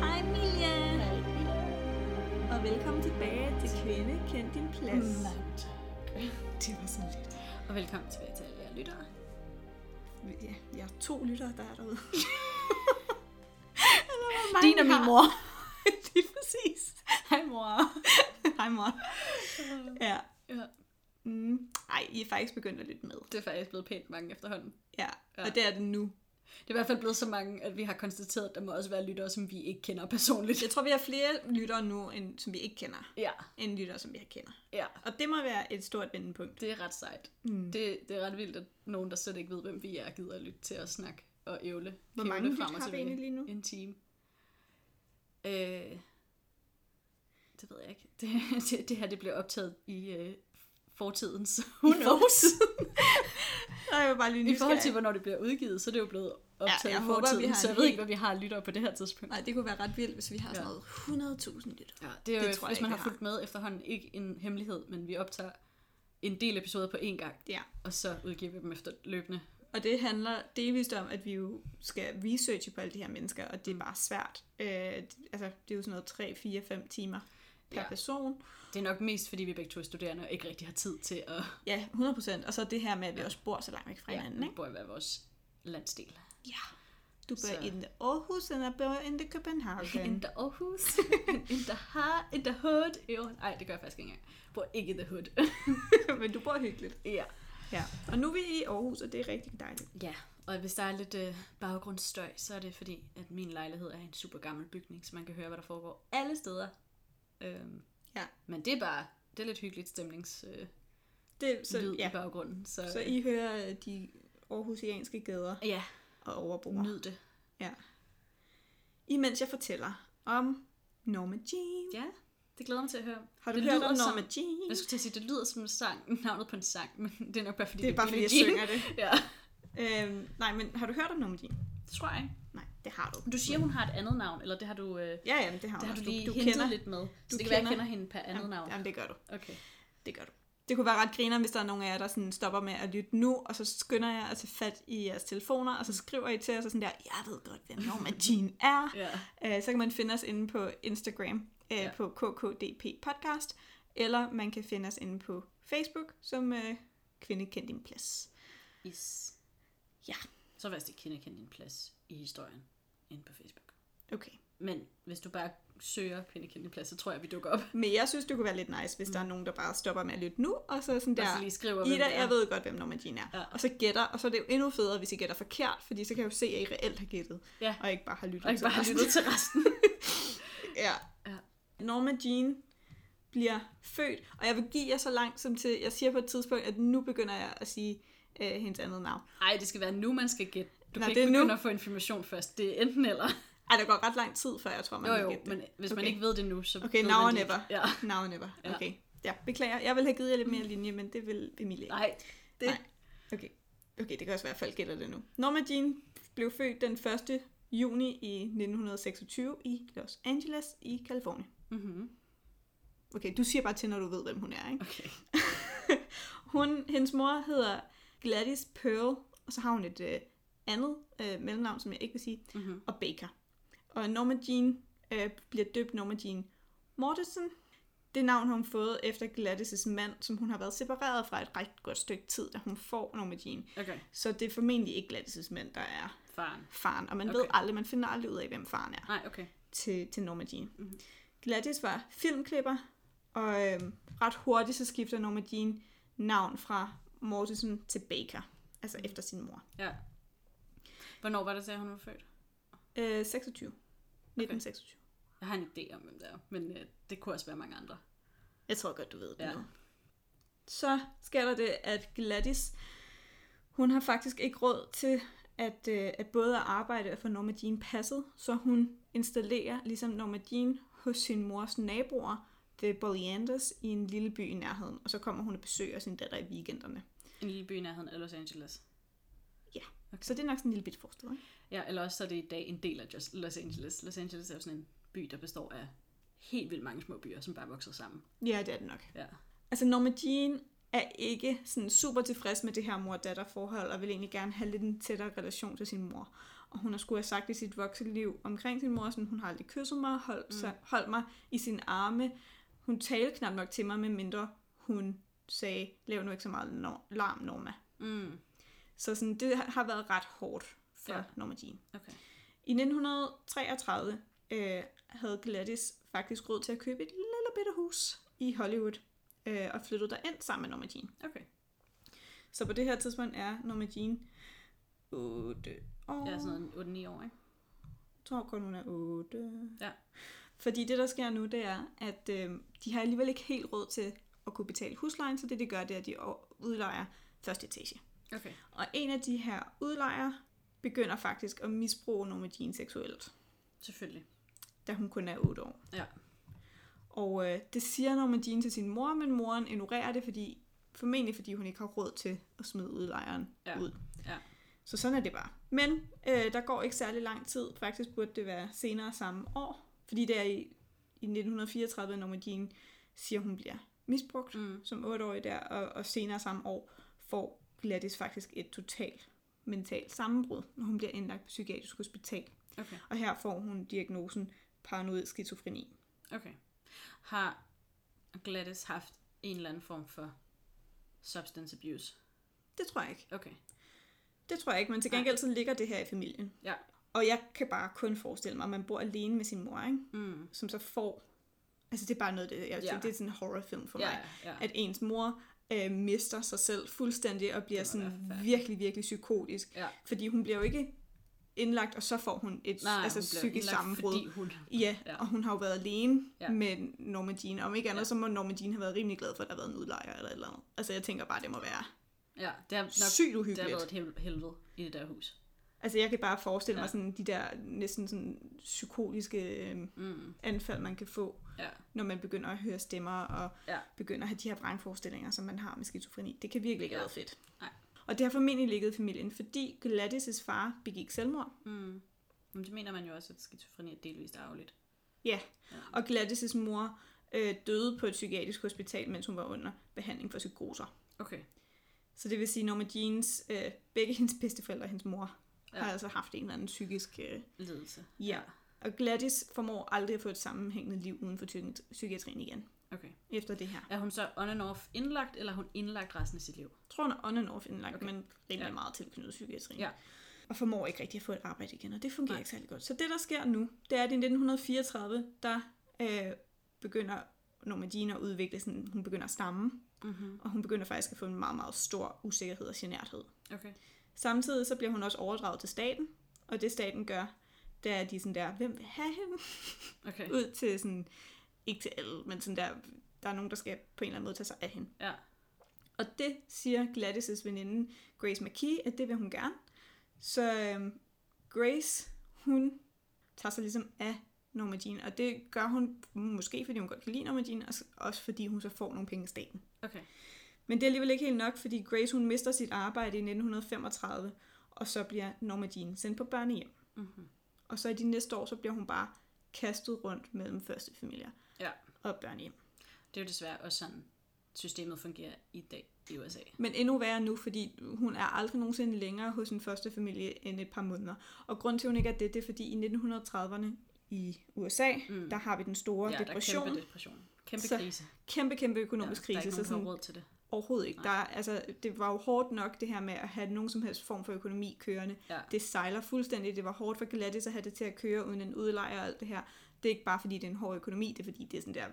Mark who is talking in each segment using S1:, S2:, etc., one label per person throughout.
S1: Mm.
S2: Mm. velkommen tilbage til alle jer lyttere.
S1: Ja, jeg har to lyttere, der er derude.
S2: Din og min mor.
S1: Lige præcis. Hej mor. Hej mor. Ja.
S2: Ja.
S1: Mm. Ej, I er faktisk begyndt at lytte med.
S2: Det er faktisk blevet pænt mange efterhånden.
S1: Ja,
S2: Ja.
S1: ja. og det er det nu.
S2: Det er i hvert fald blevet så mange, at vi har konstateret, at der må også være lyttere, som vi ikke kender personligt.
S1: Jeg tror, vi har flere lyttere nu, end, som vi ikke kender,
S2: Ja,
S1: end lyttere, som vi har kender.
S2: ja.
S1: Og det må være et stort vendepunkt.
S2: Det er ret sejt.
S1: Mm.
S2: Det, det er ret vildt, at nogen, der slet ikke ved, hvem vi er, gider at lytte til at snakke og ævle.
S1: Hvor
S2: Ævle
S1: mange lytter
S2: frem og
S1: har vi
S2: tilbage.
S1: egentlig lige nu?
S2: En time. Øh, det ved jeg ikke. Det, det, det her det bliver optaget i øh, fortidens Who knows?
S1: Der er jo bare lige
S2: I forhold til,
S1: nysgerrig.
S2: hvornår det bliver udgivet, så er det jo blevet
S1: Ja,
S2: optaget
S1: jeg
S2: ja, i
S1: håber, vi
S2: fortiden,
S1: har
S2: så jeg
S1: en
S2: ved
S1: hel-
S2: ikke, hvad vi har lyttere på det her tidspunkt.
S1: Nej, det kunne være ret vildt, hvis vi har sådan
S2: Ja.
S1: noget 100.000 lytter.
S2: Ja, det er jo,
S1: Det
S2: det
S1: tror jeg
S2: hvis man
S1: ikke,
S2: har
S1: jeg
S2: fulgt med efterhånden, ikke en hemmelighed, men vi optager en del episoder på én gang,
S1: Ja.
S2: og så udgiver vi dem efter løbende.
S1: Og det handler delvist om, at vi jo skal researche på alle de her mennesker, og
S2: Mm.
S1: det er bare svært. Øh, altså, det er jo sådan noget 3, 4, 5 timer per
S2: Ja.
S1: ja. person.
S2: Det er nok mest, fordi vi begge to er studerende og ikke rigtig har tid til at
S1: Ja, 100%. Og så det her med, at vi også bor så langt væk fra hinanden,
S2: ja,
S1: ikke?
S2: bo i hver vores landsdel.
S1: Ja. Du bor
S2: Så-
S1: i den Aarhus, og jeg bor i den København.
S2: In the Aarhus, in the, ha- in the hood. Jo, nej, det gør jeg faktisk ikke engang. Jeg bor ikke i the hood.
S1: Men du bor hyggeligt.
S2: ja.
S1: Ja. Og nu er vi i Aarhus, og det er rigtig dejligt.
S2: ja, og hvis der er lidt øh, baggrundsstøj, så er det fordi, at min lejlighed er en super gammel bygning, så man kan høre, hvad der foregår alle steder. Øhm,
S1: Ja.
S2: Men det er bare, det er lidt hyggeligt stemnings... Øh,
S1: Det,
S2: så, lyd
S1: så,
S2: ja. i
S1: ja.
S2: baggrunden. Så, øh,
S1: så I hører øh, de aarhusianske gader
S2: ja,
S1: og overbroer.
S2: nyd det.
S1: Ja. Imens jeg fortæller om Norma Jean.
S2: Ja, det glæder mig til at høre.
S1: Har du
S2: Det
S1: det hørt
S2: lyder
S1: om
S2: som-
S1: Norma Jean?
S2: Jeg skulle til at sige, det lyder som en sang, navnet på en sang, men det er nok bare fordi,
S1: Det er bare fordi, jeg
S2: Billie Jean.
S1: synger det.
S2: Ja,
S1: Øhm, nej, men har du hørt om Norma Jean?
S2: det tror jeg ikke.
S1: Nej, det har du.
S2: Men Du siger, hun har et andet navn, eller det har du, øh,
S1: Ja, jamen, det har
S2: det
S1: hun
S2: har du
S1: også.
S2: lige
S1: du, du
S2: hintet
S1: kender.
S2: lidt med. Så
S1: du
S2: det kan være, jeg
S1: kender-
S2: kender hende per andet
S1: Jamen,
S2: navn.
S1: Jamen, det gør du.
S2: Okay.
S1: Det gør du. Det kunne være ret griner, hvis der er nogen af jer, der sådan stopper med at lytte nu, og så skynder jeg at tage fat i jeres telefoner,
S2: Mm.
S1: og så skriver I til os og sådan der, jeg ved godt, hvem Norma Jean er.
S2: Ja.
S1: Øh, så kan man finde os inde på Instagram øh,
S2: Ja.
S1: ja. på KKDP Podcast, eller man kan finde os inde på Facebook som øh, Kvinde Kend Din Plads.
S2: Is.
S1: Ja.
S2: Så hvis det kender kende din plads i historien inde på Facebook.
S1: Okay.
S2: Men hvis du bare søger kvinde kende din plads, så tror jeg, vi dukker op.
S1: Men jeg synes, det kunne være lidt nice, hvis mm. der er nogen, der bare stopper med at lytte nu, og så sådan
S2: Og
S1: der,
S2: så lige skriver, hvem
S1: Ida,
S2: det er.
S1: jeg ved godt, hvem Norma Jean er.
S2: Ja.
S1: Ja. Og så gætter, og så er det jo endnu federe, hvis I gætter forkert, fordi så kan jeg jo se, at I reelt har gættet,
S2: Ja.
S1: og ikke bare har lyttet
S2: Og ikke bare har
S1: resten.
S2: lyttet til resten.
S1: Ja.
S2: Ja.
S1: Norma Jean bliver født, og jeg vil give jer så langt som til, jeg siger på et tidspunkt, at nu begynder jeg at sige øh, hendes andet navn.
S2: Nej, det skal være nu, man skal gætte. Du
S1: Nå,
S2: kan
S1: det
S2: ikke
S1: er nu.
S2: begynde at få information først. Det er enten eller.
S1: Ej, der går ret lang tid, før jeg tror, man
S2: Jo
S1: kan
S2: jo,
S1: gætte det.
S2: men hvis okay. man
S1: Okay.
S2: ikke ved det nu, så
S1: Okay,
S2: ved
S1: now
S2: man
S1: or
S2: det
S1: never.
S2: ikke. Ja.
S1: Now never.
S2: Ja. Mm.
S1: Okay. Ja, beklager. Jeg vil have givet jer lidt mere linje, men det vil Emilie ikke.
S2: Nej, det...
S1: Nej. Okay. Okay, det kan også være, at folk gætter det nu. Norma Jean blev født den 1. juni i 1926 i Los Angeles i Kalifornien.
S2: Mm-hmm.
S1: Okay, du siger bare til, når du ved, hvem hun er, ikke?
S2: Okay.
S1: Hun, hendes mor hedder Gladys Pearl, og så har hun et øh, andet øh, mellemnavn, som jeg ikke vil sige,
S2: Mm-hmm.
S1: og Baker. Og Norma Jean øh, bliver døbt Norma Jean Mortensen. Det navn har hun fået efter Gladys' mand, som hun har været separeret fra et ret godt stykke tid, da hun får Norma Jean.
S2: Okay,
S1: Så det er formentlig ikke Gladys' mænd, der er
S2: faren.
S1: faren. Og man okay. ved
S2: Okay.
S1: aldrig, man finder aldrig ud af, hvem faren er
S2: Nej, okay.
S1: til, til Norma Jean.
S2: Mhm.
S1: Mm-hmm. Gladys var filmklipper, og øhm, ret hurtigt så skifter Norma Jean navn fra Mortensen til Baker. Altså efter sin mor.
S2: Ja. Hvornår var det, at hun var født?
S1: Øh, 26. 1926.
S2: Jeg har en idé om, hvem det er, men øh, det kunne også være mange andre.
S1: Jeg tror godt, du ved det
S2: Ja.
S1: ja. nu. Så sker der det, at Gladys, hun har faktisk ikke råd til at, øh, at både at arbejde og få Norma Jean passet, så hun installerer ligesom Norma Jean hos sin mors naboer ved Bollianders i en lille by i nærheden, og så kommer hun og besøger sin datter i weekenderne.
S2: En lille by i nærheden af Los Angeles.
S1: Så det er nok sådan en lille bit forestillet, ikke?
S2: Ja, eller også så er det i dag en del af just Los Angeles. Los Angeles er jo sådan en by, der består af helt vildt mange små byer, som bare vokser sammen.
S1: Ja, det er det nok.
S2: Ja.
S1: Altså Norma Jean er ikke sådan super tilfreds med det her mor-datter-forhold, og vil egentlig gerne have lidt en tættere relation til sin mor. Og hun har skulle have sagt i sit voksenliv omkring sin mor, sådan, hun har aldrig kysset mig, holdt, sig, holdt mig i sine arme. Hun talte knap nok til mig, medmindre hun sagde, lav nu ikke så meget no- larm, Norma.
S2: Mm.
S1: Så sådan, det har været ret hårdt for
S2: Ja.
S1: ja. Norma Jean.
S2: Okay.
S1: I 1933 øh, havde Gladys faktisk råd til at købe et lille bitte hus i Hollywood øh, og flyttede derind sammen med Norma Jean.
S2: Okay.
S1: Så på det her tidspunkt er Norma Jean 8 år.
S2: Jeg er sådan noget 8-9 år, ikke?
S1: Jeg tror kun, hun er 8.
S2: Ja.
S1: Fordi det, der sker nu, det er, at øh, de har alligevel ikke helt råd til at kunne betale huslejen, så det, de gør, det er, at de o- udlejer første etage.
S2: Okay.
S1: Og en af de her udlejere begynder faktisk at misbruge Norma Jean seksuelt,
S2: Selvfølgelig.
S1: da hun kun er 8 år.
S2: Ja.
S1: Og øh, det siger Norma Jean til sin mor, men moren ignorerer det, fordi formentlig fordi hun ikke har råd til at smide udlejeren
S2: Ja.
S1: ud.
S2: Ja.
S1: Så sådan er det bare. Men øh, der går ikke særlig lang tid. Faktisk burde det være senere samme år. Fordi det er i, i 1934, når Jean siger, hun bliver misbrugt
S2: Mm.
S1: som 8-årig der. Og, og senere samme år får Gladys faktisk et totalt mentalt sammenbrud, når hun bliver indlagt på psykiatrisk hospital.
S2: Okay.
S1: Og her får hun diagnosen paranoid skizofreni.
S2: Okay. Har Gladys haft en eller anden form for substance abuse?
S1: Det tror jeg ikke.
S2: Okay.
S1: Det tror jeg ikke, men til
S2: Nej.
S1: gengæld så ligger det her i familien.
S2: Ja.
S1: Og jeg kan bare kun forestille mig, at man bor alene med sin mor, ikke?
S2: Mm.
S1: som så får... Altså det er bare noget, det, jeg
S2: Ja.
S1: ja. det er sådan en horrorfilm for
S2: Ja,
S1: mig.
S2: ja, ja.
S1: At ens mor øh, mister sig selv fuldstændig og bliver
S2: Det må være
S1: sådan
S2: forfærdeligt.
S1: virkelig, virkelig psykotisk.
S2: Ja.
S1: Fordi hun bliver jo ikke indlagt, og så får hun et
S2: Nej, altså,
S1: altså,
S2: hun blev
S1: psykisk
S2: indlagt,
S1: sammenbrud.
S2: fordi hun...
S1: Ja,
S2: Ja.
S1: ja, og hun har jo været alene
S2: Ja.
S1: ja. med Norma Jean. Om ikke andet,
S2: Ja.
S1: ja. så må Norma Jean have været rimelig glad for, at der har været en udlejer eller et eller andet. Altså jeg tænker bare, det må være
S2: Ja, det har nok
S1: sygt
S2: det har
S1: uhyggeligt.
S2: været et hel- helvede i det der hus.
S1: Altså jeg kan bare forestille ja.
S2: Ja.
S1: mig sådan de der næsten sådan psykotiske øh,
S2: Mm.
S1: anfald, man kan få,
S2: Ja.
S1: når man begynder at høre stemmer og
S2: Ja.
S1: begynder at have de her vrangforestillinger, som man har med skizofreni. Det kan virkelig ikke
S2: Ja.
S1: være fedt.
S2: Nej.
S1: Og det har formentlig ligget i familien, fordi Gladys' far begik selvmord,
S2: Mm. Men det mener man jo også, at skizofreni er delvist arveligt.
S1: og Gladys' mor øh, døde på et psykiatrisk hospital, mens hun var under behandling for psykoser.
S2: Okay.
S1: Så det vil sige, Norma Jeans, øh, begge hendes bedsteforældre og hendes mor,
S2: Ja.
S1: ja. har altså haft en eller anden psykisk... Øh,
S2: Lidelse.
S1: ja. Og Gladys formår aldrig at få et sammenhængende liv uden for psy- psykiatrien igen,
S2: Okay.
S1: efter det her.
S2: Er hun så on and off indlagt, eller er hun indlagt resten af sit liv?
S1: Jeg tror, hun er on and off indlagt,
S2: Okay.
S1: okay. men rimelig
S2: Ja.
S1: ja. meget tilknyttet psykiatrien.
S2: Ja.
S1: Og formår ikke rigtig at få et arbejde igen, og det fungerer
S2: Nej.
S1: Nej. ikke særlig godt. Så det, der sker nu, det er, at i 1934, der øh, begynder Norma Jean at udvikle sådan, hun begynder at stamme,
S2: Mm-hmm.
S1: og hun begynder faktisk at få en meget, meget stor usikkerhed og generthed.
S2: Okay.
S1: Samtidig så bliver hun også overdraget til staten, og det staten gør, det er, at de er sådan der, hvem vil have hende?
S2: Okay.
S1: Ud til sådan, ikke til alle, men sådan der, der er nogen, der skal på en eller anden måde tage sig af hende.
S2: Ja.
S1: Og det siger Gladys' veninde Grace McKee, at det vil hun gerne. Så øhm, Grace, hun tager sig ligesom af Norma Jean, og det gør hun måske, fordi hun godt kan lide Norma Jean, og s- også fordi hun så får nogle penge af staten.
S2: Okay.
S1: Men det er alligevel ikke helt nok, fordi Grace hun mister sit arbejde i 1935, og så bliver Norma Jean sendt på børnehjem.
S2: Mm-hmm.
S1: Og så i de næste år, så bliver hun bare kastet rundt mellem førstefamilier
S2: Ja.
S1: og børnehjem.
S2: Det er jo desværre også sådan, systemet fungerer i dag i USA.
S1: Men endnu værre nu, fordi hun er aldrig nogensinde længere hos sin første familie end et par måneder. Og grunden til, at hun ikke er det, det er fordi i 1930'erne i USA,
S2: Mm.
S1: mm. der har vi den store ja,
S2: ja,
S1: depression.
S2: der er kæmpe
S1: Kæmpe,
S2: depression. Kæmpe
S1: Så-
S2: krise.
S1: kæmpe, kæmpe økonomisk
S2: ja, der er
S1: krise.
S2: ikke
S1: Så
S2: nogen, der
S1: sådan,
S2: har råd til det.
S1: overhovedet ikke.
S2: Nej.
S1: Der, er- altså, det var jo hårdt nok, det her med at have nogen som helst form for økonomi kørende.
S2: Ja.
S1: Det sejler fuldstændig. Det var hårdt for Gladys at have det til at køre uden en udlejer og alt det her. Det er ikke bare, fordi det er en hård økonomi. Det er, fordi det er sådan der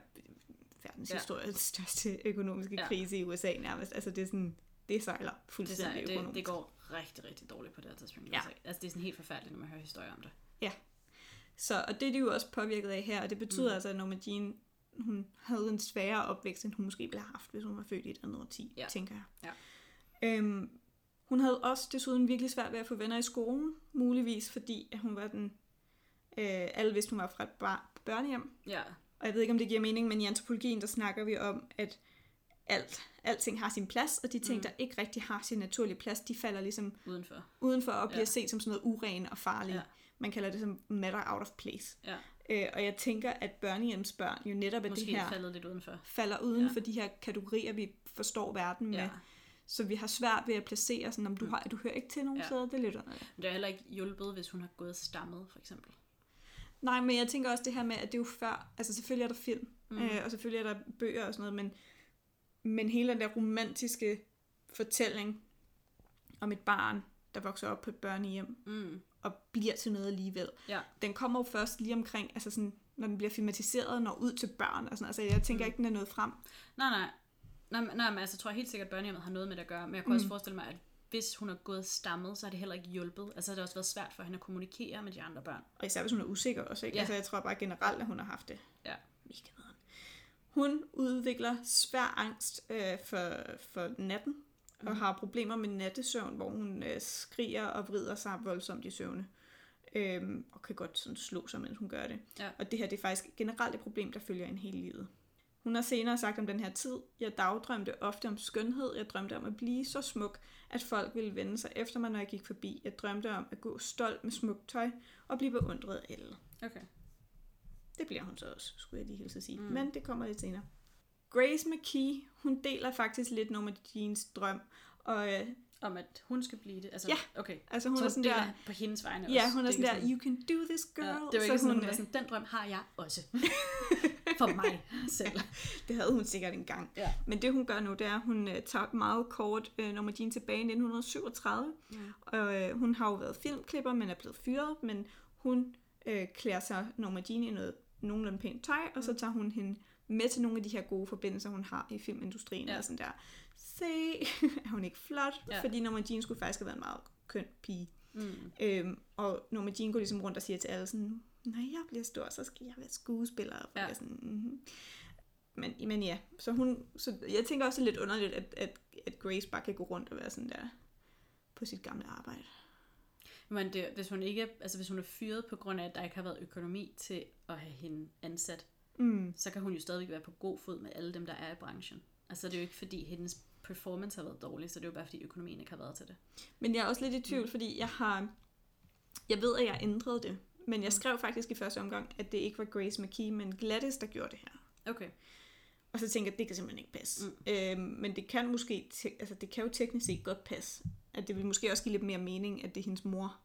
S1: verdenshistoriens ja. største økonomiske
S2: Ja.
S1: krise i USA nærmest. Altså, det er sådan... Det sejler
S2: Det,
S1: fuldstændig
S2: det, det,
S1: økonomisk.
S2: det går rigtig, rigtig dårligt på det her tidspunkt. i
S1: Ja.
S2: USA. Altså, det er sådan helt forfærdeligt, når man hører historier om det.
S1: Så, og det er de jo også påvirket af her, og det betyder
S2: Mm.
S1: mm. altså, at Norma Jean, hun havde en sværere opvækst, end hun måske ville have haft, hvis hun var født i et andet årti,
S2: Ja.
S1: ja. tænker jeg. Ja. Øhm, hun havde også desuden virkelig svært ved at få venner i skolen, muligvis fordi, at hun var den... Øh, alle vidste, hun var fra et bar- børnehjem,
S2: Ja,
S1: og jeg ved ikke, om det giver mening, men i antropologien, der snakker vi om, at alt, alting har sin plads, og de ting,
S2: Mm.
S1: mm. der ikke rigtig har sin naturlige plads, de falder ligesom
S2: udenfor.
S1: udenfor og
S2: Ja.
S1: bliver ja. set som sådan noget uren og farligt.
S2: Ja.
S1: Ja. Man kalder det som matter out of place.
S2: Ja.
S1: Øh, og jeg tænker, at børnehjemsbørn jo netop er
S2: Måske
S1: det her
S2: faldet lidt udenfor.
S1: falder uden
S2: Ja.
S1: ja. for de her kategorier, vi forstår verden med.
S2: Ja.
S1: Ja. Så vi har svært ved at placere sådan, om du,
S2: Mm.
S1: har, du hører ikke til nogen
S2: Ja.
S1: ja. steder, det er lidt underligt.
S2: Men det er heller ikke hjulpet, hvis hun har gået og stammet, for eksempel.
S1: Nej, men jeg tænker også det her med, at det er jo før, altså selvfølgelig er der film,
S2: Mm.
S1: mm. øh, og selvfølgelig er der bøger og sådan noget, men, men hele den der romantiske fortælling om et barn, der vokser op på et børnehjem
S2: Mm.
S1: og bliver til noget alligevel.
S2: Ja.
S1: Den kommer jo først lige omkring, altså sådan, når den bliver filmatiseret og når ud til børn. Og sådan. Altså, jeg tænker
S2: Mm.
S1: ikke, den er nået frem.
S2: Nej, nej. Nej, men- nej, men altså, jeg tror helt sikkert, at børnehjemmet har noget med det at gøre. Men jeg kunne mm. også forestille mig, at hvis hun har gået og stammet, så har det heller ikke hjulpet. Altså, så har det også været svært for hende at kommunikere med de andre børn.
S1: Og især hvis hun er usikker også, ikke?
S2: Ja.
S1: Ja. Altså, jeg tror bare generelt, at hun har haft det.
S2: Ja.
S1: Mega nederen. Hun udvikler svær angst øh, for, for natten, mm.
S2: Mhm.
S1: og har problemer med nattesøvn, hvor hun øh, skriger og vrider sig voldsomt i søvne. Øhm, og kan godt sådan slå sig, mens hun gør det.
S2: Ja.
S1: Og det her det er faktisk generelt et problem, der følger en hele livet. Hun har senere sagt om den her tid, jeg dagdrømte ofte om skønhed, jeg drømte om at blive så smuk, at folk ville vende sig efter mig, når jeg gik forbi. Jeg drømte om at gå stolt med smukt tøj og blive beundret af alle.
S2: Okay.
S1: Det bliver hun så også, skulle jeg lige hilse at sige.
S2: Mm.
S1: Mm. Men det kommer lidt senere. Grace McKee, hun deler faktisk lidt Norma Jeans drøm. Og øh,
S2: Om at hun skal blive det. Altså,
S1: Ja.
S2: Okay.
S1: altså hun
S2: så
S1: er sådan
S2: det
S1: der...
S2: på hendes vegne også.
S1: Ja, hun
S2: Det
S1: er
S2: ikke
S1: sådan der, you can do this girl.
S2: Ja, det var ikke
S1: så
S2: sådan, hun, hun
S1: øh,
S2: var sådan, den drøm har jeg også. for mig selv.
S1: Det havde hun sikkert engang.
S2: Ja.
S1: Men det hun gør nu, det er, at hun øh, tager meget kort øh, Norma Jean tilbage i 1937.
S2: Mm.
S1: Og øh, hun har jo været filmklipper, men er blevet fyret. Men hun øh, klæder sig Norma Jean i noget nogenlunde pænt tøj, og
S2: Mm.
S1: så tager hun hende med til nogle af de her gode forbindelser, hun har i filmindustrien.
S2: Ja.
S1: Ja. Og sådan der, se, er hun ikke flot?
S2: Ja.
S1: Ja. Fordi Norma Jean skulle faktisk have været en meget køn pige.
S2: Mm.
S1: Øhm, og Norma Jean går ligesom rundt og siger til alle sådan, når jeg bliver stor, så skal jeg være skuespiller. Og
S2: Ja.
S1: ja. Sådan, mm-hmm. men, men ja, så hun, så jeg tænker også det er lidt underligt, at, at, at Grace bare kan gå rundt og være sådan der på sit gamle arbejde.
S2: Men det, hvis, hun ikke, altså hvis hun er fyret på grund af, at der ikke har været økonomi til at have hende ansat,
S1: Mm.
S2: så kan hun jo stadigvæk være på god fod med alle dem, der er i branchen. Altså det er jo ikke fordi hendes performance har været dårlig, så det er jo bare fordi økonomien ikke har været til det.
S1: Men jeg er også lidt
S2: Mm.
S1: i tvivl, fordi jeg har, jeg ved, at jeg ændrede det. Men
S2: Mm.
S1: jeg skrev faktisk i første omgang, at det ikke var Grace McKee, men Gladys, der gjorde det her.
S2: Okay.
S1: Og så tænker jeg, det kan simpelthen ikke passe.
S2: Mm.
S1: Mm. Øhm, men det kan måske, te- altså det kan jo teknisk set godt passe. At det vil måske også give lidt mere mening, at det er hendes mor,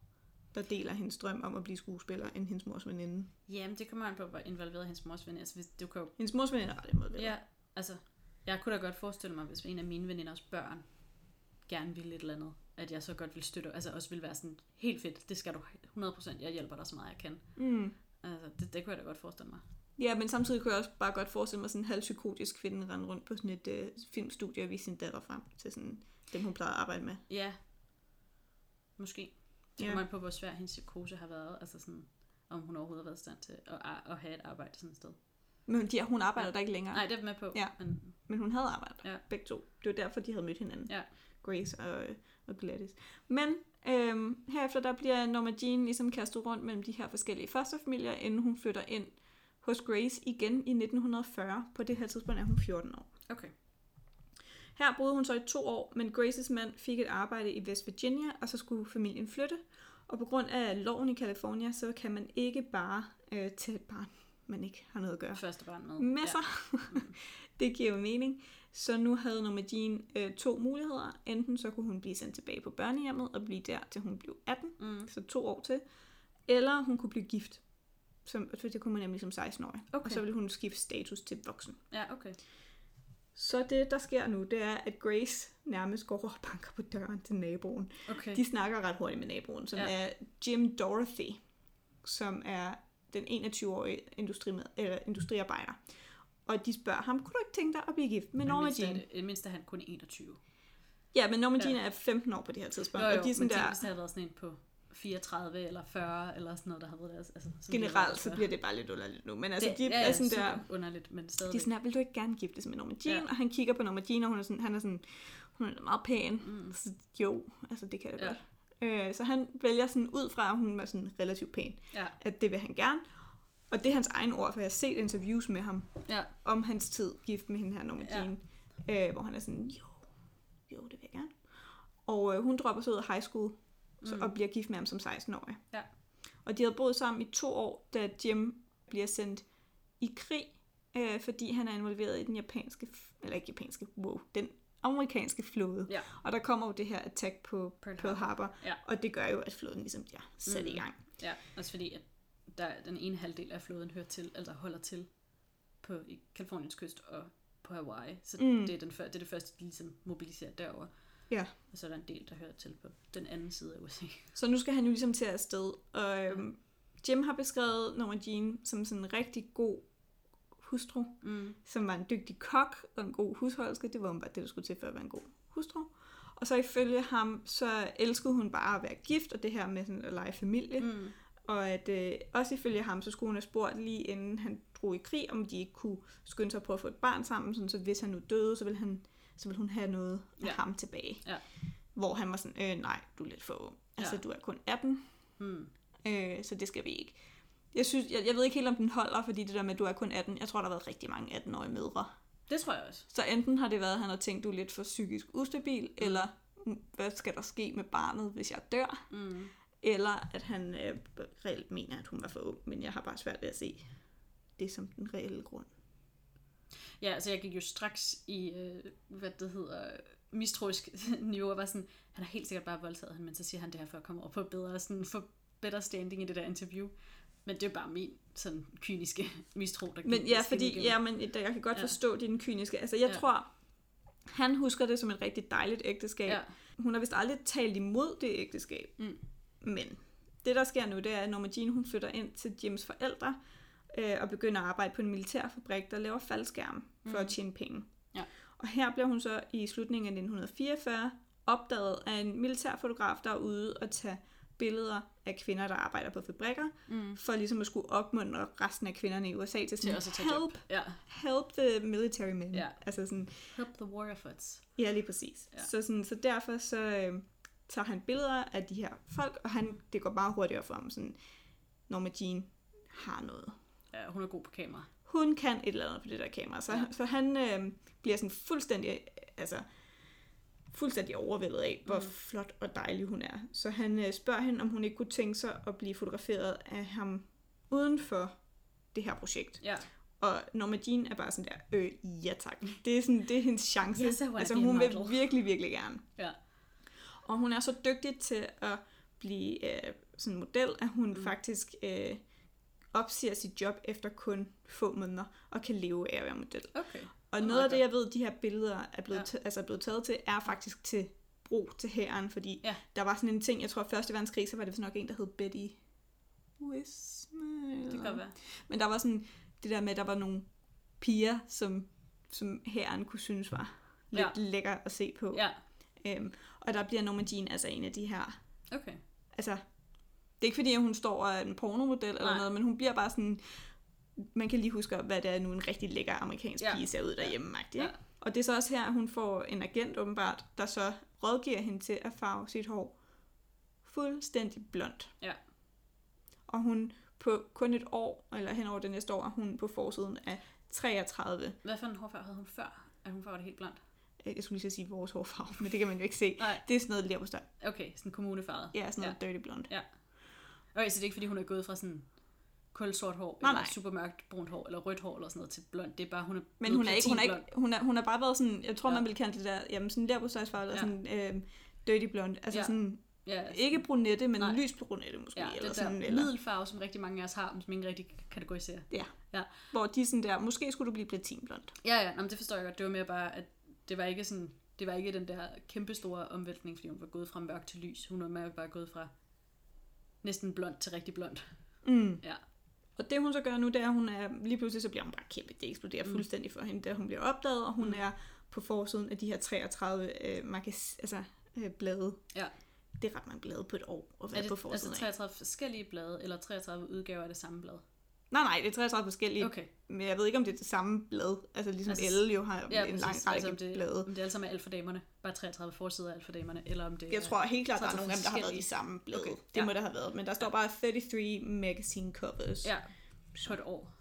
S1: der deler hendes drøm om at blive skuespiller, end hendes mors veninde.
S2: Jamen, det kommer an på, hvor involveret hendes mors ven er. Altså, hvis, du kan jo,
S1: Hendes mors veninde har det måde ved.
S2: ja, altså, jeg kunne da godt forestille mig, hvis en af mine veninders børn gerne ville et eller andet, at jeg så godt ville støtte, altså også ville være sådan, helt fedt, det skal du 100%, jeg hjælper dig så meget, jeg kan.
S1: Mm.
S2: Altså, det, det kunne jeg da godt forestille mig.
S1: ja, men samtidig kunne jeg også bare godt forestille mig sådan en halvpsykotisk kvinde rende rundt på sådan et øh, filmstudie og vise sin datter frem til sådan dem, hun plejede at arbejde med.
S2: Ja. Måske. Det
S1: Ja.
S2: kommer an på, hvor svær hendes psykose har været. Altså sådan, om hun overhovedet har været i stand til at, ar- at have et arbejde sådan et sted.
S1: Men de, hun arbejder der ikke længere,
S2: Nej, det er jeg med på.
S1: Ja.
S2: Men,
S1: men hun havde arbejdet
S2: Ja.
S1: ja. begge to. Det var derfor, de havde mødt hinanden.
S2: ja.
S1: Grace og, og Gladys. Men øhm, herefter der bliver Norma Jean ligesom kastet rundt mellem de her forskellige fosterfamilier, inden hun flytter ind hos Grace igen i 1940. På det her tidspunkt er hun 14 år.
S2: Okay.
S1: Her boede hun så i to år, men Graces mand fik et arbejde i West Virginia, og så skulle familien flytte. Og på grund af loven i California, så kan man ikke bare øh, tage et barn, man ikke har noget at gøre
S2: Første barn med.
S1: med sig. det giver jo mening. Så nu havde Norma Jean øh, to muligheder. Enten så kunne hun blive sendt tilbage på børnehjemmet og blive der, til hun blev 18,
S2: Ja. Mm.
S1: så to år til. Eller hun kunne blive gift. Som, for det kunne man nemlig som 16-årig. Okay. Og
S2: Okay.
S1: så ville hun skifte status til voksen.
S2: Ja, okay.
S1: Så det, der sker nu, det er, at Grace nærmest går og banker på døren til naboen.
S2: Okay.
S1: De snakker ret hurtigt med naboen, som
S2: Ja.
S1: ja. er Jim Dorothy, som er den 21-årige industrimed- eller industriarbejder. Og de spørger ham, kunne du ikke tænke dig at blive gift med
S2: Men
S1: Norma
S2: mindst er
S1: Jean?
S2: det- Mindst er han kun 21.
S1: Ja, men Norma
S2: Ja.
S1: Jean er 15 år på det her tidspunkt,
S2: Jo, jo,
S1: og de er sådan
S2: men tænk,
S1: der,
S2: hvis det havde været sådan en på 34 eller 40 eller sådan noget, der havde været deres. Altså, sådan
S1: generelt, så bliver det bare lidt underligt nu. Men altså, de
S2: ja, ja,
S1: er sådan der,
S2: super underligt, men stadig.
S1: de er sådan der, vil du ikke gerne giftes med Norma
S2: Ja.
S1: Jean? Og han kigger på Norma Jean, og hun er sådan, han er sådan, hun er meget pæn.
S2: Mm.
S1: Så jo, altså det kan det
S2: Ja.
S1: ja. godt. Øh, så han vælger sådan ud fra, at hun er sådan relativt pæn,
S2: Ja,
S1: at det vil han gerne. Og det er hans egen ord, for jeg har set interviews med ham
S2: ja.
S1: om hans tid gift med hende her, Norma
S2: Ja.
S1: Jean, øh, hvor han er sådan, jo, jo, det vil jeg gerne. Og øh, hun dropper så ud af high school så,
S2: Mm.
S1: og bliver gift med ham som 16-årig.
S2: Ja.
S1: Og de havde boet sammen i to år, da Jim bliver sendt i krig, øh, fordi han er involveret i den japanske, f- eller ikke japanske, wow, den amerikanske flåde.
S2: Ja.
S1: Og der kommer jo det her attack på
S2: Pearl
S1: Pearl Harbor,
S2: Ja.
S1: og det gør jo, at flåden ligesom bliver sat
S2: Mm.
S1: i gang.
S2: Ja, også fordi, at der, den ene halvdel af floden hører til, altså holder til på i Kaliforniens kyst og på Hawaii. Så mm.
S1: Mm.
S2: det, er den før, det er det første, de ligesom mobiliserer derover.
S1: Ja.
S2: Og så er der en del, der hører til på den anden side af USA.
S1: Så nu skal han jo ligesom til afsted. Og øhm, Jim har beskrevet Norma Jean som sådan en rigtig god hustru,
S2: Mm.
S1: som var en dygtig kok og en god husholderske. Det var hun bare det, der skulle til for at være en god hustru. Og så ifølge ham, så elskede hun bare at være gift, og det her med sådan at lege familie. Mm.
S2: Mm.
S1: Og at øh, også ifølge ham, så skulle hun have spurgt lige inden han drog i krig, om de ikke kunne skynde sig på at få et barn sammen, sådan, så hvis han nu døde, så ville, han, så ville hun have noget af
S2: Ja.
S1: ja. ham tilbage.
S2: Ja.
S1: Hvor han var sådan, øh, nej, du er lidt for ung. Altså,
S2: Ja.
S1: du er kun 18,
S2: Mm.
S1: øh, så det skal vi ikke. Jeg, synes, jeg, jeg ved ikke helt, om den holder, fordi det der med, at du er kun 18, jeg tror, der har været rigtig mange 18-årige mødre.
S2: Det tror jeg også.
S1: Så enten har det været, at han har tænkt, du er lidt for psykisk ustabil, eller "Mm, hvad skal der ske med barnet, hvis jeg dør?
S2: Mm.
S1: Eller at han øh, reelt mener, at hun var for ung, men jeg har bare svært ved at se det som den reelle grund.
S2: Ja, altså jeg gik jo straks i, øh, hvad det hedder, mistroisk niveau, og var sådan, han har helt sikkert bare voldtaget hende, men så siger han det her for at komme over på bedre, sådan for better standing i det der interview. Men det er bare min sådan kyniske mistro, der
S1: Men
S2: gik-
S1: ja,
S2: skinner
S1: fordi
S2: igennem.
S1: ja, men, et- jeg kan godt
S2: Ja.
S1: ja. forstå din kyniske. Altså jeg
S2: Ja.
S1: ja. tror, han husker det som et rigtig dejligt ægteskab.
S2: Ja.
S1: Ja. Hun har vist aldrig talt imod det ægteskab.
S2: Mm.
S1: Men det, der sker nu, det er, at Norma Jean hun flytter ind til Jims forældre øh, og begynder at arbejde på en militærfabrik, der laver faldskærme for mm. at tjene penge.
S2: Ja.
S1: Og her bliver hun så i slutningen af 1944 opdaget af en militærfotograf, der er ude og tage billeder af kvinder, der arbejder på fabrikker,
S2: Mm.
S1: for ligesom at skulle opmuntre resten af kvinderne i USA til
S2: Til
S1: sådan,
S2: også at tage
S1: help,
S2: job. Ja.
S1: help the military men.
S2: Ja.
S1: Altså sådan,
S2: Help the war efforts.
S1: Ja, lige præcis.
S2: Ja.
S1: Ja. Så, sådan, så derfor så øh, tager han billeder af de her folk, og han, det går meget hurtigere for ham, sådan, Norma Jean har noget.
S2: Ja, hun er god på kamera.
S1: Hun kan et eller andet på det der kamera. Så,
S2: Ja.
S1: ja. så han øh, bliver sådan fuldstændig, øh, altså, fuldstændig overvældet af, hvor
S2: Mm.
S1: mm. flot og dejlig hun er. Så han øh, spørger hende, om hun ikke kunne tænke sig at blive fotograferet af ham uden for det her projekt.
S2: Ja.
S1: Og Norma Jean er bare sådan der, øh, ja tak. Det er, sådan, det er hendes chance.
S2: Yes, I wanna
S1: altså
S2: be a
S1: hun vil
S2: model.
S1: virkelig, virkelig gerne.
S2: Ja.
S1: Og hun er så dygtig til at blive øh, sådan en model, at hun mm. faktisk øh, opsiger sit job efter kun få måneder, og kan leve af at være model.
S2: Okay.
S1: Og
S2: Meget
S1: noget af
S2: godt.
S1: det, jeg ved, de her billeder er blevet,
S2: Ja.
S1: ja. t- altså er blevet taget til, er faktisk til brug til hæren, fordi
S2: Ja.
S1: ja. der var sådan en ting, jeg tror, at første verdenskrig, så var det vist nok en, der hed Betty Wismer.
S2: Det kan godt være.
S1: Men der var sådan det der med, at der var nogle piger, som, som herren kunne synes var lidt
S2: Ja.
S1: ja. lækker at se på.
S2: Ja.
S1: Øhm, og der bliver Norma Jean altså en af de her.
S2: Okay.
S1: Altså, det er ikke fordi, at hun står og er en pornomodel eller
S2: Nej.
S1: noget, men hun bliver bare sådan... Man kan lige huske, hvad det er nu en rigtig lækker amerikansk
S2: Ja.
S1: ja. pige ser ud derhjemme. Ja.
S2: Ja.
S1: Ja. Og det er så også her, at hun får en agent åbenbart, der så rådgiver hende til at farve sit hår fuldstændig blondt.
S2: Ja.
S1: Og hun på kun et år, eller hen over det næste år, er hun på forsiden af 33.
S2: Hvad for en hårfarve havde hun før? At hun farvede det helt blond?
S1: øh, Jeg skulle lige så sige vores hårfarve, men det kan man jo ikke se.
S2: Nej.
S1: Det er sådan noget leverpostej.
S2: Okay, sådan kommunefarvet.
S1: Ja, sådan noget ja. dirty blonde.
S2: Okay, så det er ikke fordi, hun er gået fra sådan kulsort hår,
S1: Nej,
S2: eller
S1: nej.
S2: supermørkt brunt hår, eller rødt hår, eller sådan noget til blond. Det er bare, hun er
S1: Men
S2: blevet
S1: hun er ikke, hun er ikke,
S2: platinblond.
S1: hun er, hun er bare været sådan, jeg tror,
S2: Ja.
S1: ja. man ville kalde det der, jamen sådan der på eller
S2: Ja.
S1: ja. sådan øh, dirty blonde. Altså
S2: Ja.
S1: ja. sådan,
S2: Ja,
S1: ikke brunette, men
S2: Nej.
S1: Nej. lys brunette måske,
S2: ja
S1: ja, eller
S2: den der
S1: sådan, eller,
S2: middelfarve, som rigtig mange af os har, men som ingen rigtig kategoriserer.
S1: hvor de sådan der, måske skulle du blive platinblond.
S2: Ja, ja, nå, men det forstår jeg godt. Det var mere bare, at det var ikke sådan, det var ikke den der kæmpe store omvæltning, fordi hun var gået fra mørk til lys. Hun var mere bare gået fra næsten blond til rigtig blond.
S1: Mm.
S2: Ja.
S1: Og det hun så gør nu, det er, at hun er, lige pludselig så bliver hun bare kæmpe, det eksploderer
S2: Mm.
S1: mm. fuldstændig for hende, da hun bliver opdaget, og hun
S2: Mm.
S1: mm. er på forsiden af de her 33 øh, magas, altså, øh, blade.
S2: Ja.
S1: Det er ret mange blade på et år at
S2: Er
S1: være på
S2: det
S1: forsiden
S2: altså
S1: altså,
S2: 33 forskellige blade, eller 33 udgaver af det samme blad?
S1: af. Nej, nej, det er 33 forskellige, okay.
S2: Okay.
S1: men jeg ved ikke, om det er det samme blad. Altså ligesom
S2: Altså,
S1: altså, Elle jo har
S2: Ja,
S1: ja, en lang
S2: præcis.
S1: række
S2: altså, om det,
S1: blade.
S2: Om det er alt sammen er alt for damerne. Bare 33 forsider af alt for damerne, eller om det
S1: Jeg tror helt klart,
S2: Så
S1: der
S2: er
S1: er
S2: der
S1: nogle af dem, der har været
S2: forskellige.
S1: de samme blade.
S2: Okay,
S1: Okay, det
S2: ja.
S1: må der have været. Men der står bare 33 magazine covers.
S2: er... Ja, på et år.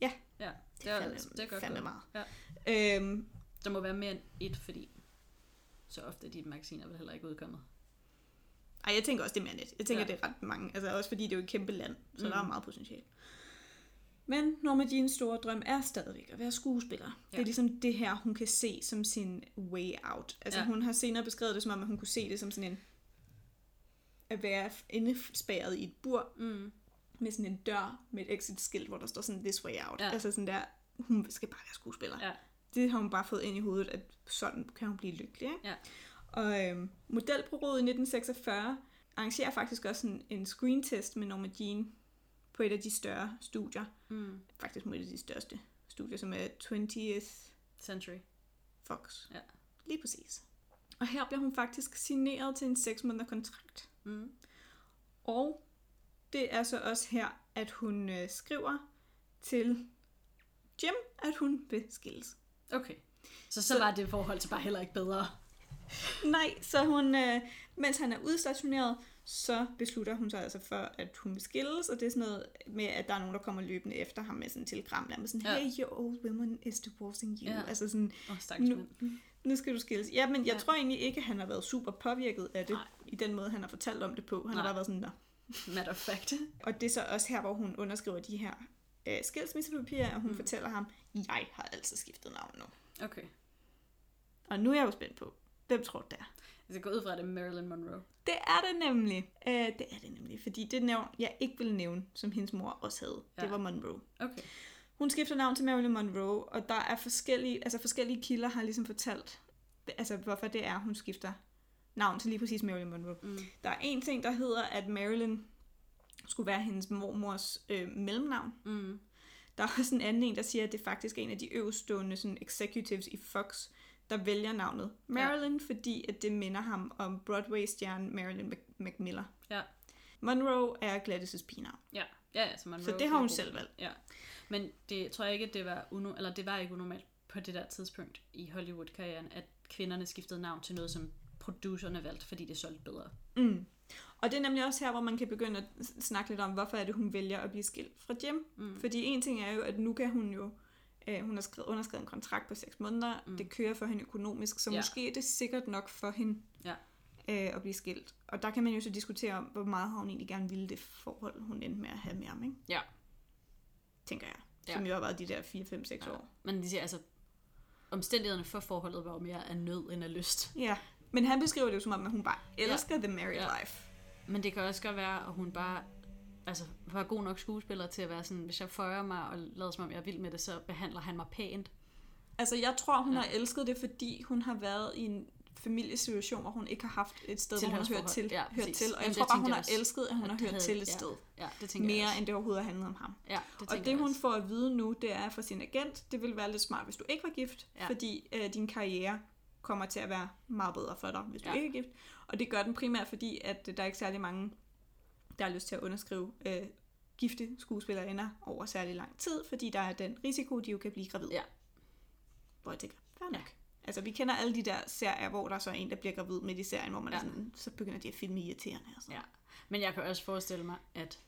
S1: Ja.
S2: ja. Det,
S1: det
S2: er,
S1: er fandme,
S2: det er godt
S1: fandme
S2: gået.
S1: meget.
S2: Ja.
S1: Øhm,
S2: Der må være mere end et, fordi så ofte er de magasiner vel heller ikke udkommet.
S1: ej, jeg tænker også, det er mere net. Jeg tænker,
S2: Ja.
S1: ja. det er ret mange. Altså også fordi, det er jo et kæmpe land, så
S2: Mm.
S1: mm. der er meget potentiale. Men Norma Jeans store drøm er stadigvæk at være skuespiller. Ja. Det
S2: Ja.
S1: er ligesom det her, hun kan se som sin way out. Altså
S2: Ja.
S1: ja. hun har senere beskrevet det som om, at hun kunne se det som sådan en at være indespærret i et bur,
S2: Mm.
S1: med sådan en dør med et exit-skilt, hvor der står sådan, this way out.
S2: Ja.
S1: Ja. Altså sådan der, hun skal bare være skuespiller.
S2: Ja.
S1: Det har hun bare fået ind i hovedet, at sådan kan hun blive lykkelig. Ikke?
S2: Ja.
S1: Og øhm, modelbureauet i 1946 arrangerer faktisk også en, en screen-test med Norma Jean på et af de større studier.
S2: Mm.
S1: Faktisk med et af de største studier, som er 20th
S2: Century.
S1: Fox.
S2: Ja.
S1: Lige præcis. Og her bliver hun faktisk signeret til en 6 måneder kontrakt.
S2: Mm.
S1: Og det er så også her, at hun øh, skriver til Jim, at hun vil skilles.
S2: Okay. Så så var det forhold til bare heller ikke bedre.
S1: Nej, så hun, øh, mens han er udstationeret, så beslutter hun sig altså for, at hun vil skilles, og det er sådan noget med, at der er nogen, der kommer løbende efter ham med sådan en telegram, der er med sådan,
S2: Ja.
S1: hey, your old woman is divorcing you.
S2: Ja.
S1: Ja. Altså sådan,
S2: Åh, oh, stakkels
S1: nu,
S2: mand.
S1: nu skal du skilles. Ja, men jeg
S2: Ja.
S1: ja. tror egentlig ikke, at han har været super påvirket af det,
S2: Nej.
S1: Nej. i den måde, han har fortalt om det på. Han Nej.
S2: Nej.
S1: har bare været sådan, der.
S2: Matter of fact.
S1: Og det er så også her, hvor hun underskriver de her øh, skilsmissepapirer, og hun mm. fortæller ham, jeg har altså skiftet navn nu.
S2: Okay.
S1: Og nu er jeg jo spændt på, hvem tror du det er?
S2: Altså gå ud fra at det er Marilyn Monroe.
S1: Det er det nemlig. Øh, det er det nemlig, fordi det navn, jeg ikke ville nævne, som hendes mor også havde,
S2: Ja.
S1: ja. det var Monroe.
S2: Okay.
S1: Hun skifter navn til Marilyn Monroe, og der er forskellige, altså forskellige kilder har ligesom fortalt, altså hvorfor det er, hun skifter navn til lige præcis Marilyn Monroe.
S2: Mm.
S1: Der er en ting, der hedder, at Marilyn skulle være hendes mormors øh, mellemnavn.
S2: Mm.
S1: Der er også en anden en, der siger, at det er faktisk en af de øverstående sådan, executives i Fox, der vælger navnet Marilyn, ja. fordi at det minder ham om Broadway-stjernen Marilyn Mac- McMiller.
S2: Ja.
S1: Monroe er Gladys' pigenavn,
S2: Ja. Ja, ja, så Monroe.
S1: så det har hun
S2: Monroe.
S1: selv valgt.
S2: Ja. Men det tror jeg ikke, det var, uno, eller det var ikke unormalt på det der tidspunkt i Hollywood-karrieren, at kvinderne skiftede navn til noget, som producerne valgte, fordi det solgte bedre.
S1: Mm. Og det er nemlig også her, hvor man kan begynde at s- snakke lidt om, hvorfor er det, hun vælger at blive skilt fra Jim.
S2: Mm.
S1: Fordi en ting er jo, at nu kan hun jo, øh, hun har skrevet, underskrevet en kontrakt på 6 måneder,
S2: Mm.
S1: mm. det kører for hende økonomisk, så
S2: Ja.
S1: ja. måske er det sikkert nok for hende
S2: Ja.
S1: øh, at blive skilt. Og der kan man jo så diskutere om, hvor meget har hun egentlig gerne ville det forhold, hun endte med at have med ham, ikke?
S2: Ja.
S1: Tænker jeg.
S2: Ja.
S1: Som jo har været de der 4-5-6 ja. år.
S2: Men de siger altså, omstændighederne for forholdet var jo mere af nød end af lyst.
S1: Ja. Men han beskriver det jo som om, at hun bare
S2: Ja.
S1: elsker the married
S2: Ja.
S1: life.
S2: Men det kan også godt være, at hun bare altså, var god nok skuespiller til at være sådan, hvis jeg føjer mig og lader som om jeg er vild med det, så behandler han mig pænt.
S1: Altså, jeg tror, hun
S2: Ja.
S1: ja. har elsket det, fordi hun har været i en familiesituation, hvor hun ikke har haft et sted, hvor hun har hørt
S2: Tilhørsforhold.
S1: til.
S2: Ja,
S1: hørt
S2: præcis.
S1: til. Og jeg
S2: Jamen,
S1: tror
S2: det
S1: bare,
S2: tænkte
S1: hun
S2: jeg
S1: har
S2: også,
S1: elsket, at hun har hørt
S2: havde-
S1: til et
S2: ja,
S1: sted.
S2: Ja, det tænker jeg
S1: Mere
S2: også.
S1: end det overhovedet har handlet om ham.
S2: Ja, det
S1: Og
S2: tænker
S1: det,
S2: jeg
S1: hun
S2: også.
S1: får at vide nu, det er fra sine agent, det ville være lidt smart, hvis du ikke var gift,
S2: Ja.
S1: ja. fordi øh, din karriere kommer til at være meget bedre for dig, hvis du
S2: Ja.
S1: ja. ikke er gift. Og det gør den primært, fordi at øh, der er ikke særlig mange, der har lyst til at underskrive øh, gifte skuespillerinder over særlig lang tid, fordi der er den risiko, de jo kan blive gravid.
S2: Ja.
S1: Hvor jeg tænker, fair nok. Altså, vi kender alle de der serier, hvor der så er en, der bliver gravid midt i serien, hvor man ja.
S2: Ja.
S1: er sådan, så begynder de at filme irriterende. Og sådan.
S2: Ja. Men jeg kan også forestille mig, at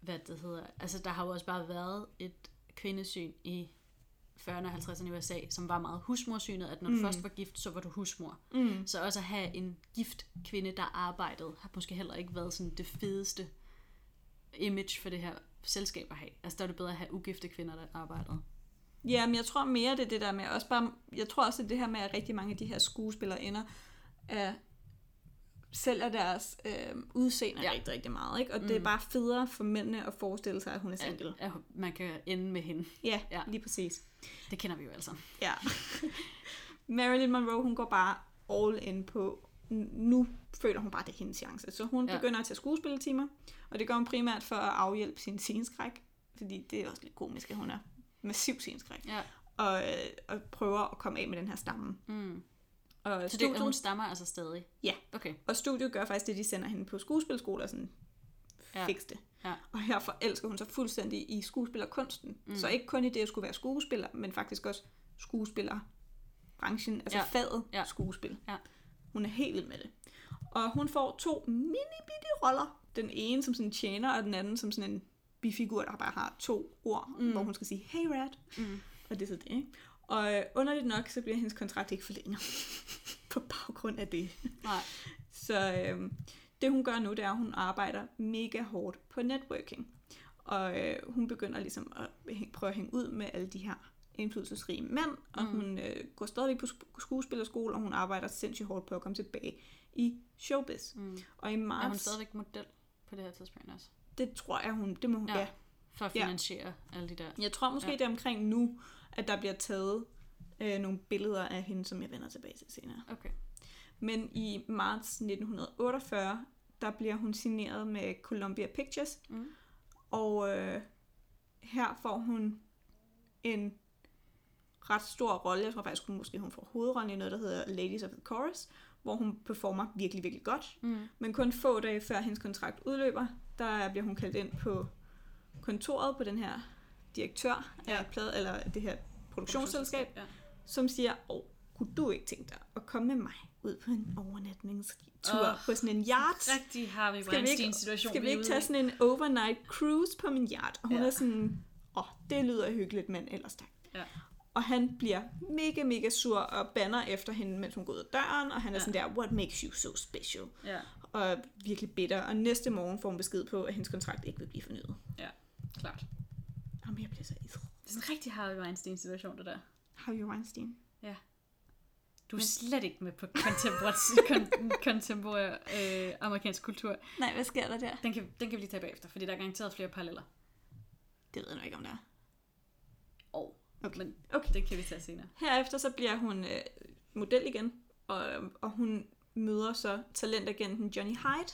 S2: hvad det hedder, altså der har jo også bare været et kvindesyn i 40'erne og 50'erne i USA, som var meget husmorsynet, at når du mm. først var gift, så var du husmor.
S1: Mm.
S2: Så også at have en gift kvinde, der arbejdede, har måske heller ikke været sådan det fedeste image for det her selskab at have. Altså der er det bedre at have ugifte kvinder, der arbejdede.
S1: Ja, men jeg tror mere, det er det der med, også bare, jeg tror også, det er det her med, at rigtig mange af de her skuespillerinder er, sælger deres øh, udseende
S2: Ja.
S1: ja. rigtig, rigtig meget. Ikke? Og mm. det er bare federe for mændene at forestille sig, at hun er single.
S2: At, at man kan ende med hende.
S1: Ja,
S2: Ja.
S1: ja. lige præcis.
S2: Det kender vi jo altså.
S1: Ja. Marilyn Monroe, hun går bare all in på, n- nu føler hun bare, det er hendes chance. Så hun
S2: Ja.
S1: ja. begynder at tage skuespilletimer, og det gør hun primært for at afhjælpe sin sceneskræk, fordi det er også lidt komisk, at hun er massiv sceneskræk,
S2: Ja.
S1: og, øh, og prøver at komme af med den her stamme.
S2: Mm.
S1: Og
S2: Så det,
S1: studiet,
S2: og hun stammer altså stadig?
S1: Ja.
S2: Okay.
S1: og studiet gør faktisk det, de sender hende på skuespilskoler, sådan
S2: Ja.
S1: ja. fikse det.
S2: Ja.
S1: Og her forelsker hun sig fuldstændig i skuespillerkunsten. Mm. Så ikke kun i det at skulle være skuespiller, men faktisk også skuespillerbranchen, altså
S2: Ja.
S1: ja. faget
S2: Ja.
S1: ja. skuespil.
S2: Ja.
S1: Hun er helt vild med det. Og hun får to mini bitte roller. Den ene som sådan en tjener, og den anden som sådan en bifigur, der bare har to ord, mm. hvor hun skal sige, hey rat.
S2: Mm.
S1: Og det er så det, ikke? Og øh, underligt nok, så bliver hendes kontrakt ikke forlænget på baggrund af det.
S2: Nej.
S1: Så øh, det hun gør nu, det er, at hun arbejder mega hårdt på networking. Og øh, hun begynder ligesom at hæ- prøve at hænge ud med alle de her indflydelsesrige mænd, og
S2: Mm.
S1: mm. hun øh, går stadigvæk på sk- skuespillerskole, og hun arbejder sindssygt hårdt på at komme tilbage i showbiz.
S2: Mm.
S1: Og i
S2: Er hun
S1: marts,
S2: stadigvæk model på det her tidspunkt også?
S1: det tror jeg, hun, det må hun,
S2: Ja.
S1: ja. ja.
S2: For at
S1: Ja.
S2: finansiere alle de der...
S1: Jeg tror måske,
S2: Ja.
S1: ja. det er omkring nu, at der bliver taget øh, nogle billeder af hende, som jeg vender tilbage til senere.
S2: Okay.
S1: Men i marts 1948, der bliver hun signeret med Columbia Pictures,
S2: Mm.
S1: og øh, her får hun en ret stor rolle. Jeg tror faktisk, hun måske hun får hovedrollen i noget, der hedder Ladies of the Chorus, hvor hun performer virkelig, virkelig godt.
S2: Mm.
S1: Men kun få dage før hendes kontrakt udløber, der bliver hun kaldt ind på kontoret på den her direktør ja.
S2: Ja.
S1: af plade, eller det her produktionsselskab,
S2: Ja.
S1: som siger, åh, kunne du ikke tænke dig at komme med mig ud på en overnatningstur
S2: Åh,
S1: oh, på sådan en yacht?
S2: Rigtig Harvey
S1: Skal vi ikke-
S2: Weinstein-situation.
S1: Skal vi
S2: er
S1: ikke
S2: ude
S1: tage
S2: i.
S1: sådan en overnight cruise på min yacht? Og hun
S2: Ja.
S1: ja. er sådan, åh, det lyder hyggeligt, men ellers tak.
S2: Ja.
S1: Og han bliver mega, mega sur og banner efter hende, mens hun går ud af døren, og han er
S2: Ja.
S1: ja. sådan der, what makes you so special?
S2: Ja,
S1: og er virkelig bitter, og næste morgen får hun besked på, at hendes kontrakt ikke vil blive fornyet.
S2: klart.
S1: Jamen, jeg bliver så isret.
S2: Det er sådan en rigtig Harvey Weinstein-situation, det der.
S1: Harvey Weinstein.
S2: Du er
S1: Men-
S2: slet ikke med på contemporary, kon- contemporary øh, amerikansk kultur.
S1: Nej, hvad sker der der?
S2: Den kan, den kan vi lige tage bagefter, fordi der er garanteret flere paralleller.
S1: Det ved jeg nu ikke, om der er.
S2: Og,
S1: Okay.
S2: Men
S1: Okay.
S2: den kan vi tage senere.
S1: Herefter så bliver hun øh, model igen, og, og hun møder så talentagenten Johnny Hyde,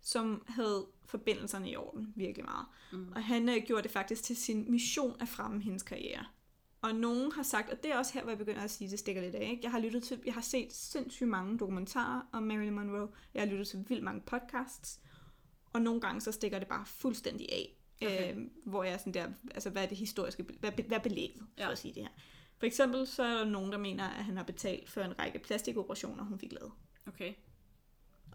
S1: som havde forbindelserne i orden virkelig meget.
S2: Mm.
S1: Og han øh, gjorde det faktisk til sin mission at fremme hendes karriere. Og nogen har sagt, og det er også her, hvor jeg begynder at sige, det stikker lidt af. Ikke? Jeg har lyttet til, jeg har set sindssygt mange dokumentarer om Marilyn Monroe. Jeg har lyttet til vildt mange podcasts. Og nogle gange så stikker det bare fuldstændig af.
S2: Okay.
S1: Okay. Øh, hvor jeg er sådan der, altså hvad er det historiske, be- hvad, hvad er belægget ja.
S2: Ja.
S1: for at sige det her. For eksempel så er der nogen, der mener, at han har betalt for en række plastikoperationer, hun fik lavet.
S2: Okay.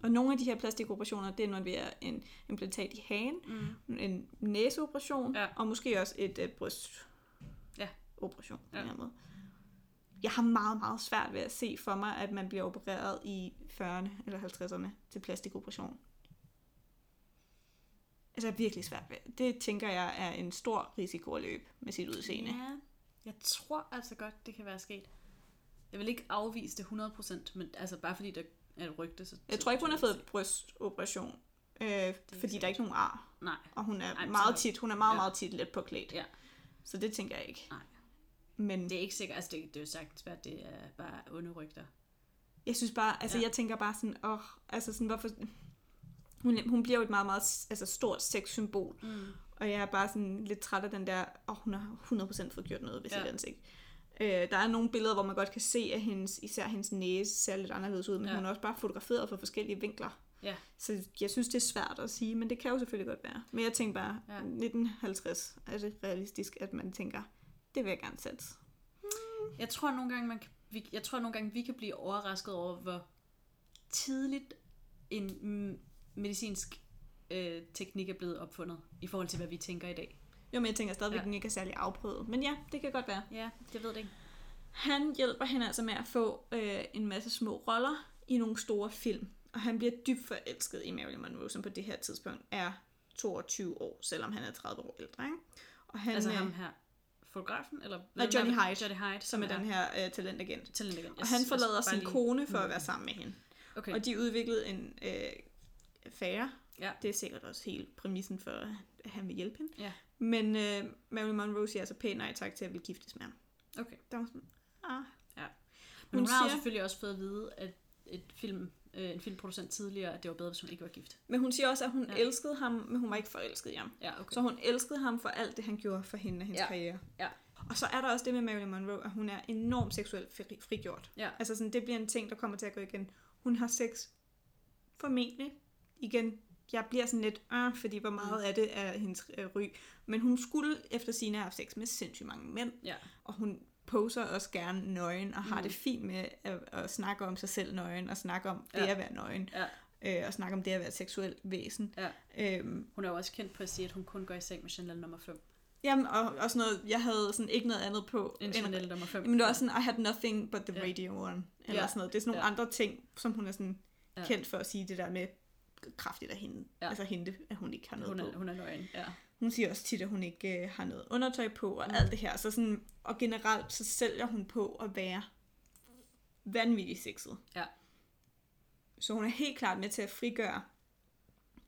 S1: Og nogle af de her plastikoperationer, det involverer en implantat i hagen,
S2: Mm.
S1: en næseoperation,
S2: Ja.
S1: ja. og måske også et øh, brystoperation
S2: Ja.
S1: på
S2: Ja.
S1: den her måde. Jeg har meget, meget svært ved at se for mig, at man bliver opereret i 40'erne eller 50'erne til plastikoperation. Altså virkelig svært ved. Det tænker jeg er en stor risiko at løbe med sit udseende. Ja.
S2: Ja, jeg tror altså godt, det kan være sket. Jeg vil ikke afvise det 100%, men altså bare fordi der er et rygte, så...
S1: Jeg tror ikke, hun har fået brystoperation, øh, fordi der er ikke nogen ar.
S2: Nej,
S1: Og hun er
S2: Ej, men
S1: meget
S2: så-
S1: tit, hun er meget,
S2: Ja.
S1: meget tit let påklædt.
S2: Ja.
S1: Så det tænker jeg ikke.
S2: Nej.
S1: Men
S2: det er ikke sikkert. Altså, det, det er jo sagtens svært, det er bare onde rygter.
S1: Jeg synes bare, altså
S2: Ja.
S1: ja. jeg tænker bare sådan, åh, altså sådan, hvorfor... Hun, hun bliver jo et meget, meget altså, stort sexsymbol,
S2: Mm.
S1: og jeg er bare sådan lidt træt af den der, åh, hun har 100% fået gjort noget ved sit
S2: Ja.
S1: ansigt. Øh, der er nogle billeder, hvor man godt kan se, at hendes, især hendes næse ser lidt anderledes ud, men
S2: Ja.
S1: ja. hun er også bare fotograferet fra forskellige vinkler.
S2: Ja.
S1: Så jeg synes, det er svært at sige, men det kan jo selvfølgelig godt være. Men jeg tænker bare,
S2: Ja.
S1: ja. 1950 er det realistisk, at man tænker, det vil jeg gerne sætte.
S2: Jeg tror nogle gange, man kan, vi, jeg tror nogle gange, vi kan blive overrasket over, hvor tidligt en mm, medicinsk øh, teknik er blevet opfundet, i forhold til, hvad vi tænker i dag.
S1: Jo, men jeg tænker stadigvæk,
S2: Ja.
S1: at den ikke er særlig afprøvet. Men ja, det kan godt være.
S2: Ja, jeg ved det ikke.
S1: Han hjælper hende altså med at få øh, en masse små roller i nogle store film. Og han bliver dybt forelsket i Marilyn Monroe, som på det her tidspunkt er 22 år, selvom han er 30 år ældre. Ikke? Og han,
S2: Altså
S1: øh,
S2: ham her, fotografen? Eller,
S1: Nej, Johnny
S2: hvem er-
S1: Hyde,
S2: Johnny Hyde,
S1: som er den her øh, talentagent.
S2: talent igen.
S1: Og han forlader sin kone for
S2: Mm.
S1: at være sammen med hende.
S2: Okay.
S1: Og de udviklede en øh, affære.
S2: Ja.
S1: Det er sikkert også hele præmissen for, at han vil hjælpe hende.
S2: Ja.
S1: Men øh, Marilyn Monroe siger altså pænt nej tak til at vil giftes med ham.
S2: Okay.
S1: Der var sådan, ah.
S2: Ja. Men hun,
S1: Hun, hun
S2: har jo
S1: siger,
S2: selvfølgelig også fået at vide, at et film, øh, en filmproducent tidligere, at det var bedre, hvis hun ikke var gift.
S1: Men hun siger også, at hun
S2: Ja.
S1: ja. elskede ham, men hun var ikke forelsket i ham. Okay.
S2: Ja, okay.
S1: Så hun elskede ham for alt det, han gjorde for hende og hendes
S2: Ja.
S1: ja. karriere.
S2: Ja.
S1: Og så er der også det med Marilyn Monroe, at hun er enormt seksuelt fri- frigjort.
S2: Ja.
S1: Altså sådan, det bliver en ting, der kommer til at gå igen. Hun har sex formentlig. Igen, jeg bliver sådan lidt, øh, fordi hvor meget
S2: Mm.
S1: af det er hendes øh, ry. Men hun skulle efter sine have haft sex med sindssygt mange mænd.
S2: Ja.
S1: Og hun poser også gerne nøgen, og har
S2: Mm.
S1: mm. det fint med at, at snakke om sig selv nøgen, og snakke om det
S2: Ja.
S1: at være nøgen,
S2: Ja.
S1: øh, og snakke om det at være et seksuelt væsen.
S2: Ja.
S1: Øhm,
S2: Hun er jo også kendt på at sige, at hun kun går i seng med Chanel nummer 5.
S1: jamen, og også noget, jeg havde sådan ikke noget andet på.
S2: En
S1: end,
S2: Chanel nummer 5.
S1: men det var også sådan, I had nothing but the
S2: Ja.
S1: radio on, eller
S2: Ja.
S1: sådan noget. Det er sådan nogle
S2: Ja.
S1: andre ting, som hun er sådan
S2: Ja.
S1: kendt for at sige det der med kraftigt af hende.
S2: Ja.
S1: Ja. Altså hente, at hun ikke har noget
S2: hun
S1: på.
S2: er, hun er nøgen, ja.
S1: Hun siger også tit, at hun ikke øh, har noget undertøj på og
S2: Mm.
S1: mm. alt det her. Så sådan, og generelt så sælger hun på at være vanvittigt sexet.
S2: Ja.
S1: Så hun er helt klart med til at frigøre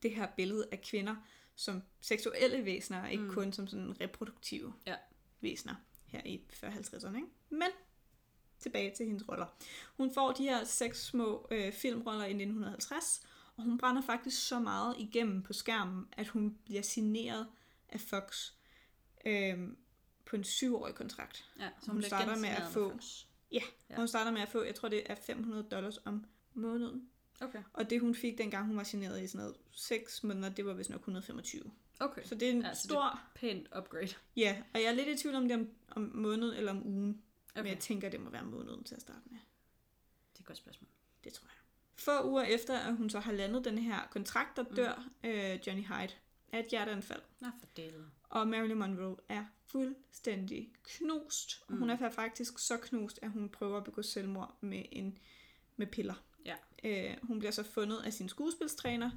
S1: det her billede af kvinder som seksuelle væsener, og ikke
S2: Mm.
S1: mm. kun som sådan reproduktive
S2: Ja.
S1: væsener her i 40-50'erne. Ikke? Men tilbage til hendes roller. Hun får de her seks små øh, filmroller i 1950, og hun brænder faktisk så meget igennem på skærmen, at hun bliver signeret af Fox øh, på en syvårig kontrakt.
S2: Ja, så
S1: Hun
S2: bliver
S1: starter med
S2: gensigneret
S1: at få-
S2: Fox. Ja.
S1: Ja. Hun starter med at få, jeg tror det er 500 dollars om måneden.
S2: Okay.
S1: Og det hun fik dengang hun var signeret i sådan noget 6 måneder, det var vist nok 125.
S2: Okay.
S1: Så det er en
S2: Ja,
S1: ja,
S2: så det-
S1: stor...
S2: Pænt upgrade.
S1: Ja, og jeg er lidt i tvivl om det er om, om måneden eller om ugen. Okay. Men
S2: Okay.
S1: jeg tænker, det må være måneden til at starte med.
S2: Det er et godt spørgsmål.
S1: Det tror jeg. Få uger efter, at hun så har landet den her kontrakt, der
S2: Mm.
S1: dør øh, Johnny Hyde af et hjerteanfald.
S2: Nå, for delen.
S1: Og Marilyn Monroe er fuldstændig knust. Mm. Hun
S2: Mm.
S1: er fa- faktisk så knust, at hun prøver at begå selvmord med, en, med piller.
S2: Ja.
S1: Øh, hun bliver så fundet af sin skuespilstræner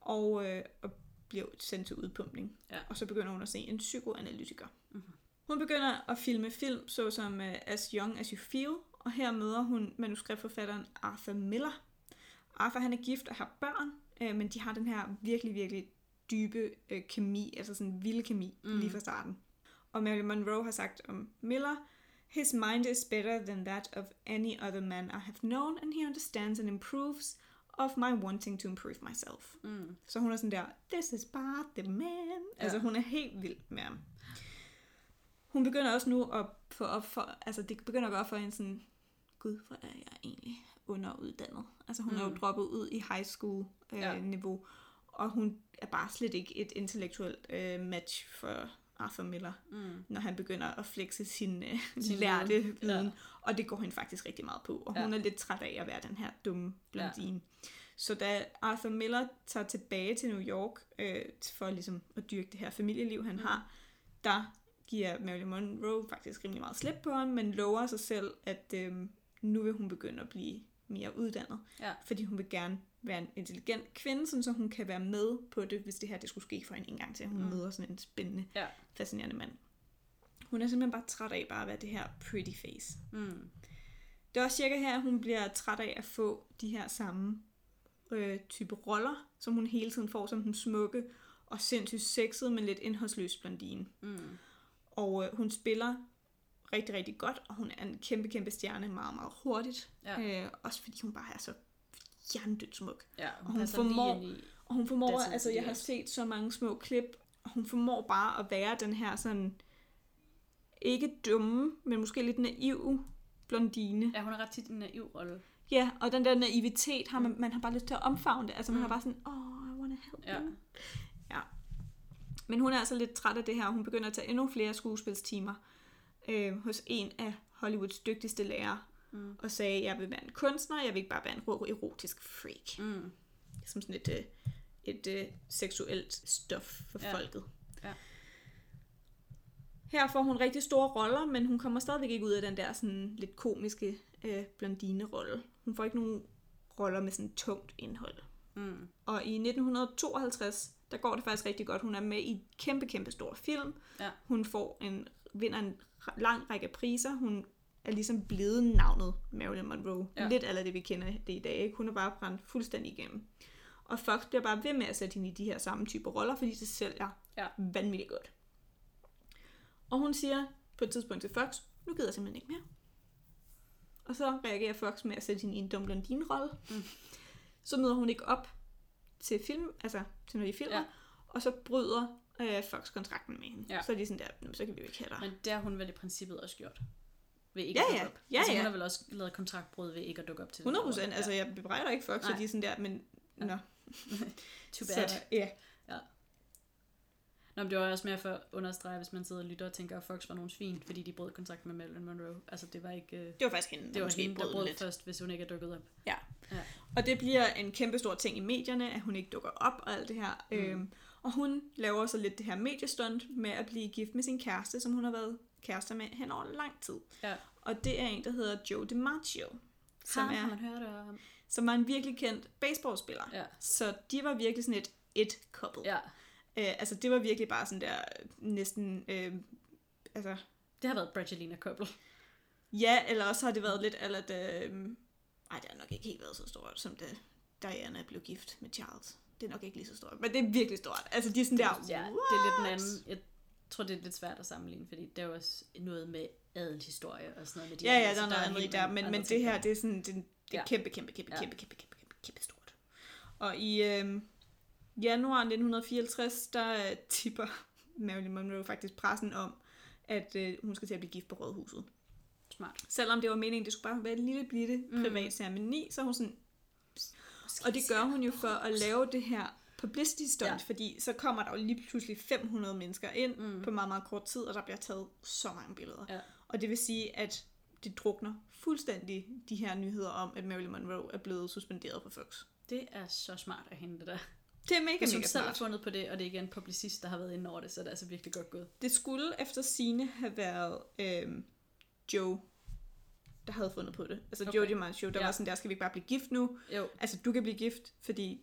S1: og, øh, og bliver sendt til udpumpning.
S2: Ja.
S1: Og så begynder hun at se en psykoanalytiker.
S2: Mhm.
S1: Hun begynder at filme film, såsom uh, As Young As You Feel, og her møder hun manuskriptforfatteren Arthur Miller. Arthur han er gift og har børn, øh, men de har den her virkelig, virkelig dybe øh, kemi, altså sådan vild kemi
S2: Mm.
S1: mm. lige fra starten. Og Marilyn Monroe har sagt om Miller, His mind is better than that of any other man I have known, and he understands and improves of my wanting to improve myself.
S2: Mm.
S1: Så hun er sådan der, this is bare the man. Ja. Altså
S2: Ja.
S1: hun er helt vild med ham. Hun begynder også nu at få op for, altså det begynder at gå op for en sådan, gud, hvor er jeg egentlig underuddannet. Altså hun mm. er jo
S2: Mm.
S1: droppet ud i high school øh,
S2: Ja.
S1: ja. niveau, og hun er bare slet ikke et intellektuelt øh, match for Arthur Miller,
S2: Mm.
S1: når han begynder at flexe sin øh,
S2: Sin
S1: lærte
S2: viden.
S1: viden.
S2: Ja.
S1: Ja. Og det går hende faktisk rigtig meget på, og
S2: Ja.
S1: hun er lidt træt af at være den her dumme blondine. Så da Arthur Miller tager tilbage til New York øh, for ligesom at dyrke det her familieliv, han
S2: Mm.
S1: mm. har, der giver Marilyn Monroe faktisk rimelig meget slip på ham, men lover sig selv, at øh, nu vil hun begynde at blive mere uddannet.
S2: Ja.
S1: Fordi hun vil gerne være en intelligent kvinde, sådan så hun kan være med på det, hvis det her det skulle ske for hende en gang til, at hun
S2: Mm.
S1: mm. møder sådan en spændende,
S2: Ja.
S1: fascinerende mand. Hun er simpelthen bare træt af bare at være det her pretty face.
S2: Mm.
S1: Det er også cirka her, hun bliver træt af at få de her samme øh, type roller, som hun hele tiden får som den smukke og sindssygt sexede, men lidt indholdsløs blondine.
S2: Mm.
S1: Og øh, hun spiller rigtig, rigtig godt, og hun er en kæmpe, kæmpe stjerne meget, meget hurtigt.
S2: Ja.
S1: Øh, også fordi hun bare er så hjernedødt smuk.
S2: Ja, hun,
S1: hun
S2: passer
S1: formår-
S2: lige ind i...
S1: Og hun formår,
S2: Datidens
S1: altså jeg har
S2: ideal.
S1: set så mange små klip, og hun formår bare at være den her sådan, ikke dumme, men måske lidt naive blondine,
S2: Ja, hun har ret tit en naiv rolle.
S1: Ja, og den der naivitet, har man, man har bare lyst til at omfavne det. Altså man
S2: Mm.
S1: har bare sådan, oh, I wanna help
S2: Ja.
S1: ja. you. Ja. Men hun er altså lidt træt af det her, og hun begynder at tage endnu flere skuespilstimer øh, hos en af Hollywoods dygtigste lærere,
S2: Mm.
S1: og sagde, jeg vil være en kunstner, jeg vil ikke bare være en rå erotisk freak.
S2: Mm.
S1: Som sådan et, øh, et øh, seksuelt stof for
S2: Ja.
S1: ja. folket.
S2: Ja.
S1: Her får hun rigtig store roller, men hun kommer stadigvæk ikke ud af den der sådan lidt komiske øh, blondine-rolle. Hun får ikke nogen roller med sådan tungt indhold.
S2: Mm.
S1: Og i 1952, der går det faktisk rigtig godt. Hun er med i en kæmpe, kæmpe stor film.
S2: Ja.
S1: Hun får en, vinder en r- lang række priser. Hun er ligesom blevet navnet Marilyn Monroe.
S2: Ja.
S1: Ja. Lidt af det, vi kender det i dag. Ikke? Hun er bare brændt fuldstændig igennem. Og Fox bliver bare ved med at sætte hende i de her samme typer roller, fordi det sælger
S2: Ja.
S1: vanvittigt godt. Og hun siger på et tidspunkt til Fox, nu gider jeg simpelthen ikke mere. Og så reagerer Fox med at sætte hende i en dum blondine-rolle.
S2: Mm.
S1: Så møder hun ikke op til film, altså til når de filmer,
S2: Ja.
S1: ja. og så bryder øh, Fox kontrakten med hende.
S2: Ja.
S1: Ja. Så er de sådan der, "Nå, så kan vi jo ikke have dig.
S2: Men det har hun vel i princippet også gjort. Ved ikke
S1: Ah. Ja,
S2: at
S1: ja.
S2: dukke op.
S1: Ja,
S2: altså,
S1: ja.
S2: hun har vel også lavet kontraktbrud ved ikke at dukke op til
S1: 100 procent,
S2: det.
S1: altså jeg bebrejder ikke Fox,
S2: Nej.
S1: så de er sådan der, men
S2: Ja.
S1: ja. nå.
S2: Too bad.
S1: Så, ja.
S2: Nå, men det var også mere for at understrege, hvis man sidder og lytter og tænker, at Fox var nogle svin, fordi de brød kontakt med Marilyn Monroe. Altså, det var ikke... øh,
S1: Det var faktisk hende,
S2: Det var
S1: måske
S2: hende, der
S1: brød den
S2: brød
S1: lidt.
S2: først, hvis hun ikke er dukket op.
S1: Og det bliver en kæmpe stor ting i medierne, at hun ikke dukker op og alt det her.
S2: Mm.
S1: Mm. Øhm, og hun laver så lidt det her mediestunt med at blive gift med sin kæreste, som hun har været kærester med hen over lang tid.
S2: Ja. Ah,
S1: Og det er en, der hedder Joe DiMaggio, som,
S2: Ham har
S1: er,
S2: man hørt om.
S1: som er en virkelig kendt baseballspiller.
S2: Ja.
S1: Så de var virkelig sådan et et couple.
S2: ja,
S1: Øh, altså det var virkelig bare sådan der øh, næsten, øh, altså
S2: det har været Brangelina Couple.
S1: ja, eller også har det været lidt, eller at, øh, ej det har nok ikke helt været så stort, som da Diana blev gift med Charles. Det er nok ikke lige så stort, men det er virkelig stort. Altså de er sådan der,
S2: ja, det er lidt en anden, et Jeg tror, det er lidt svært at sammenligne, fordi der er jo også noget med adelshistorie og sådan noget. Med
S1: Ja, ja,
S2: andre, så
S1: altså, der er noget andet i
S2: helt
S1: der,
S2: nogle
S1: men,
S2: andre
S1: men det
S2: ting.
S1: her, det er sådan, det, det er
S2: Ja.
S1: kæmpe, kæmpe, kæmpe,
S2: Ja.
S1: kæmpe, kæmpe, kæmpe, kæmpe, kæmpe stort. Og i øh, januar 1954, der øh, tipper Marilyn Monroe faktisk pressen om, at øh, hun skal til at blive gift på Rådhuset.
S2: Smart.
S1: Selvom det var meningen, det skulle bare være en lille bitte
S2: Mm.
S1: privat ceremoni, så er hun sådan, og det gør hun jo for at lave det her publicity stunt, ja.
S2: Oh. Ja.
S1: fordi så kommer der jo lige pludselig 500 mennesker ind mm.
S2: Mm.
S1: på meget, meget kort tid, og der bliver taget så mange billeder.
S2: Ja.
S1: Og det vil sige, at det drukner fuldstændig de her nyheder om, at Marilyn Monroe er blevet suspenderet fra Fox.
S2: Det er så smart af hende, det der.
S1: Det er mega,
S2: Hvis hun
S1: mega
S2: selv har
S1: smart.
S2: fundet på det, og det ikke er en publicist, der har været inde over det, så er det altså virkelig godt gået.
S1: Det skulle efter sine have været øhm, Joe, der havde fundet på det. Altså okay.
S2: Okay.
S1: Joe DiMaggio, der ja.
S2: Ja.
S1: var sådan der, skal vi ikke bare blive gift nu?
S2: Jo,
S1: Altså, du kan blive gift, fordi